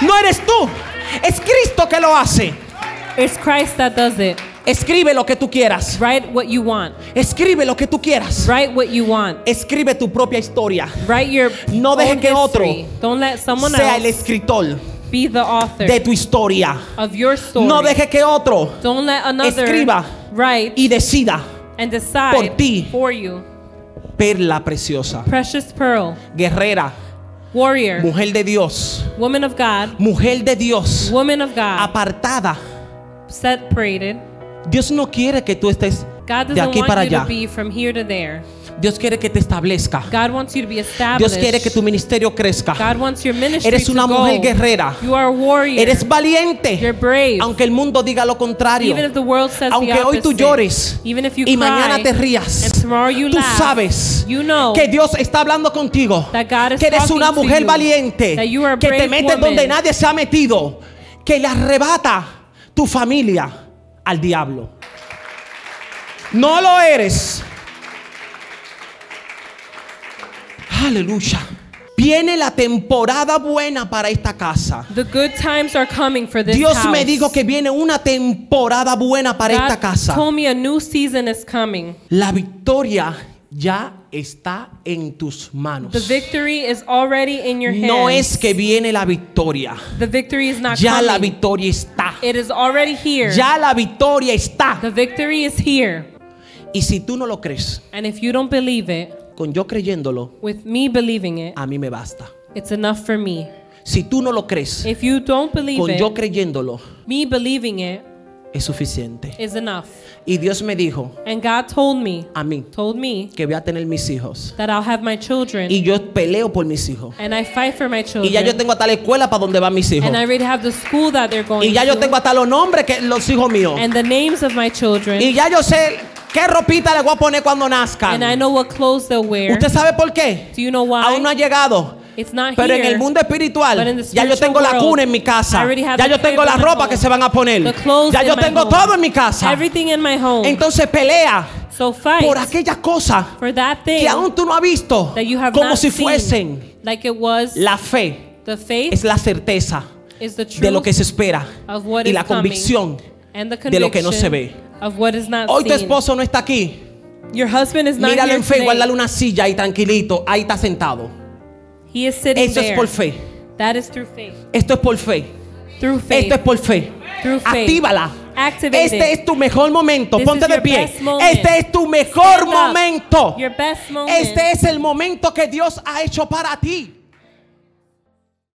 No eres tú. Es Cristo que lo hace.
It's Christ that does it.
Escribe lo que tú quieras.
Write what you want.
Escribe lo que tú quieras.
Write what you want.
Escribe tu propia historia.
Write your
No deje
own
que otro
history. Don't let someone
Sea el
else
escritor
be the author
de tu historia.
of your story.
No deje que otro
Don't let another
Escriba.
write
y decida.
and decide
Por ti.
for you.
Perla preciosa,
Precious pearl,
guerrera,
warrior,
mujer de Dios,
woman of God,
mujer de Dios,
woman of God,
apartada.
separated.
Dios no quiere que tú estés
God
de
doesn't
aquí
want
para
you
allá.
to be from here to there.
Dios quiere que te establezca.
God wants you to be established.
Dios quiere que tu ministerio crezca.
God wants your ministry
Eres una
to
mujer
go.
guerrera.
You are a warrior.
Eres
You're
valiente,
brave.
aunque el mundo diga lo contrario.
Even if the world says the
Aunque hoy tú
opposite.
llores
Even if you
y
cry,
mañana te rías,
and tomorrow you
tú
laugh,
sabes
you know
que Dios está hablando contigo,
that God is
que eres
talking
una
to
mujer
you,
valiente,
that you are a
que te
brave
metes
woman.
donde nadie se ha metido, que le arrebata tu familia al diablo. No lo eres. Aleluya. Viene la temporada buena para esta casa.
the good times are coming for this
Dios
house.
me dijo que viene una temporada buena para
God
esta casa.
told me a new season is coming.
La victoria ya está en tus manos.
The victory is already in your hands.
No es que viene la victoria.
the victory is not
Ya
coming.
la victoria está.
it is already here.
Ya la victoria está.
the victory is here.
Y si tú no lo crees,
And if you don't believe it,
con yo creyéndolo,
with me believing it,
a mí me basta.
it's enough for me.
Si tú no lo crees,
If you don't believe
con yo
it,
creyéndolo,
me believing it
es suficiente.
is enough.
Y Dios me dijo
And God told me,
a mí
told me
que voy a tener mis hijos.
that I'll have my children
Y yo peleo por mis hijos.
and I fight for my
Y
children.
ya yo tengo hasta la escuela para donde van mis hijos.
and I already have the school that they're going
Y ya yo
to
tengo hasta los nombres que los hijos míos.
and the names of my children.
Y ya yo sé qué ropita le voy a poner cuando nazcan.
and I know what clothes they'll wear.
¿Usted sabe por qué?
Do you know
Aún no ha
why?
llegado.
It's not
Pero en
here.
el mundo
But in
espiritual,
the
ya yo
spiritual
tengo la
world,
cuna en mi
I
casa.
already have
Ya
the
yo tengo
crib
la
in my
ropa
home.
que se van a poner.
The clothes
Ya
in
yo
my
tengo
home.
todo en mi casa.
Everything in my home.
Entonces pelea
so fight
por aquellas cosas
for that thing
que aún tú no has visto.
that you have
Como
not
si
seen.
fuesen.
Like it was
La fe
the faith
es la certeza
is the truth
de lo que se espera
of what
y
is
la
coming
convicción.
and the
de lo que no se
conviction of what is not
Hoy tu
seen.
esposo no está aquí.
Your husband is not
Míralo
here
en fe,
today.
guárdale una silla ahí tranquilito. Ahí está sentado.
He is sitting
Esto es
there.
por fe.
That is through faith.
Esto es por fe.
Through faith.
Esto es por fe.
Through faith.
Actívala.
<laughs> Activate
Este
it.
es tu mejor momento.
This
Ponte
is
de
your
pie.
best moment.
Este es tu mejor
Stand up.
momento.
Your best moment.
Este es el momento que Dios ha hecho para ti.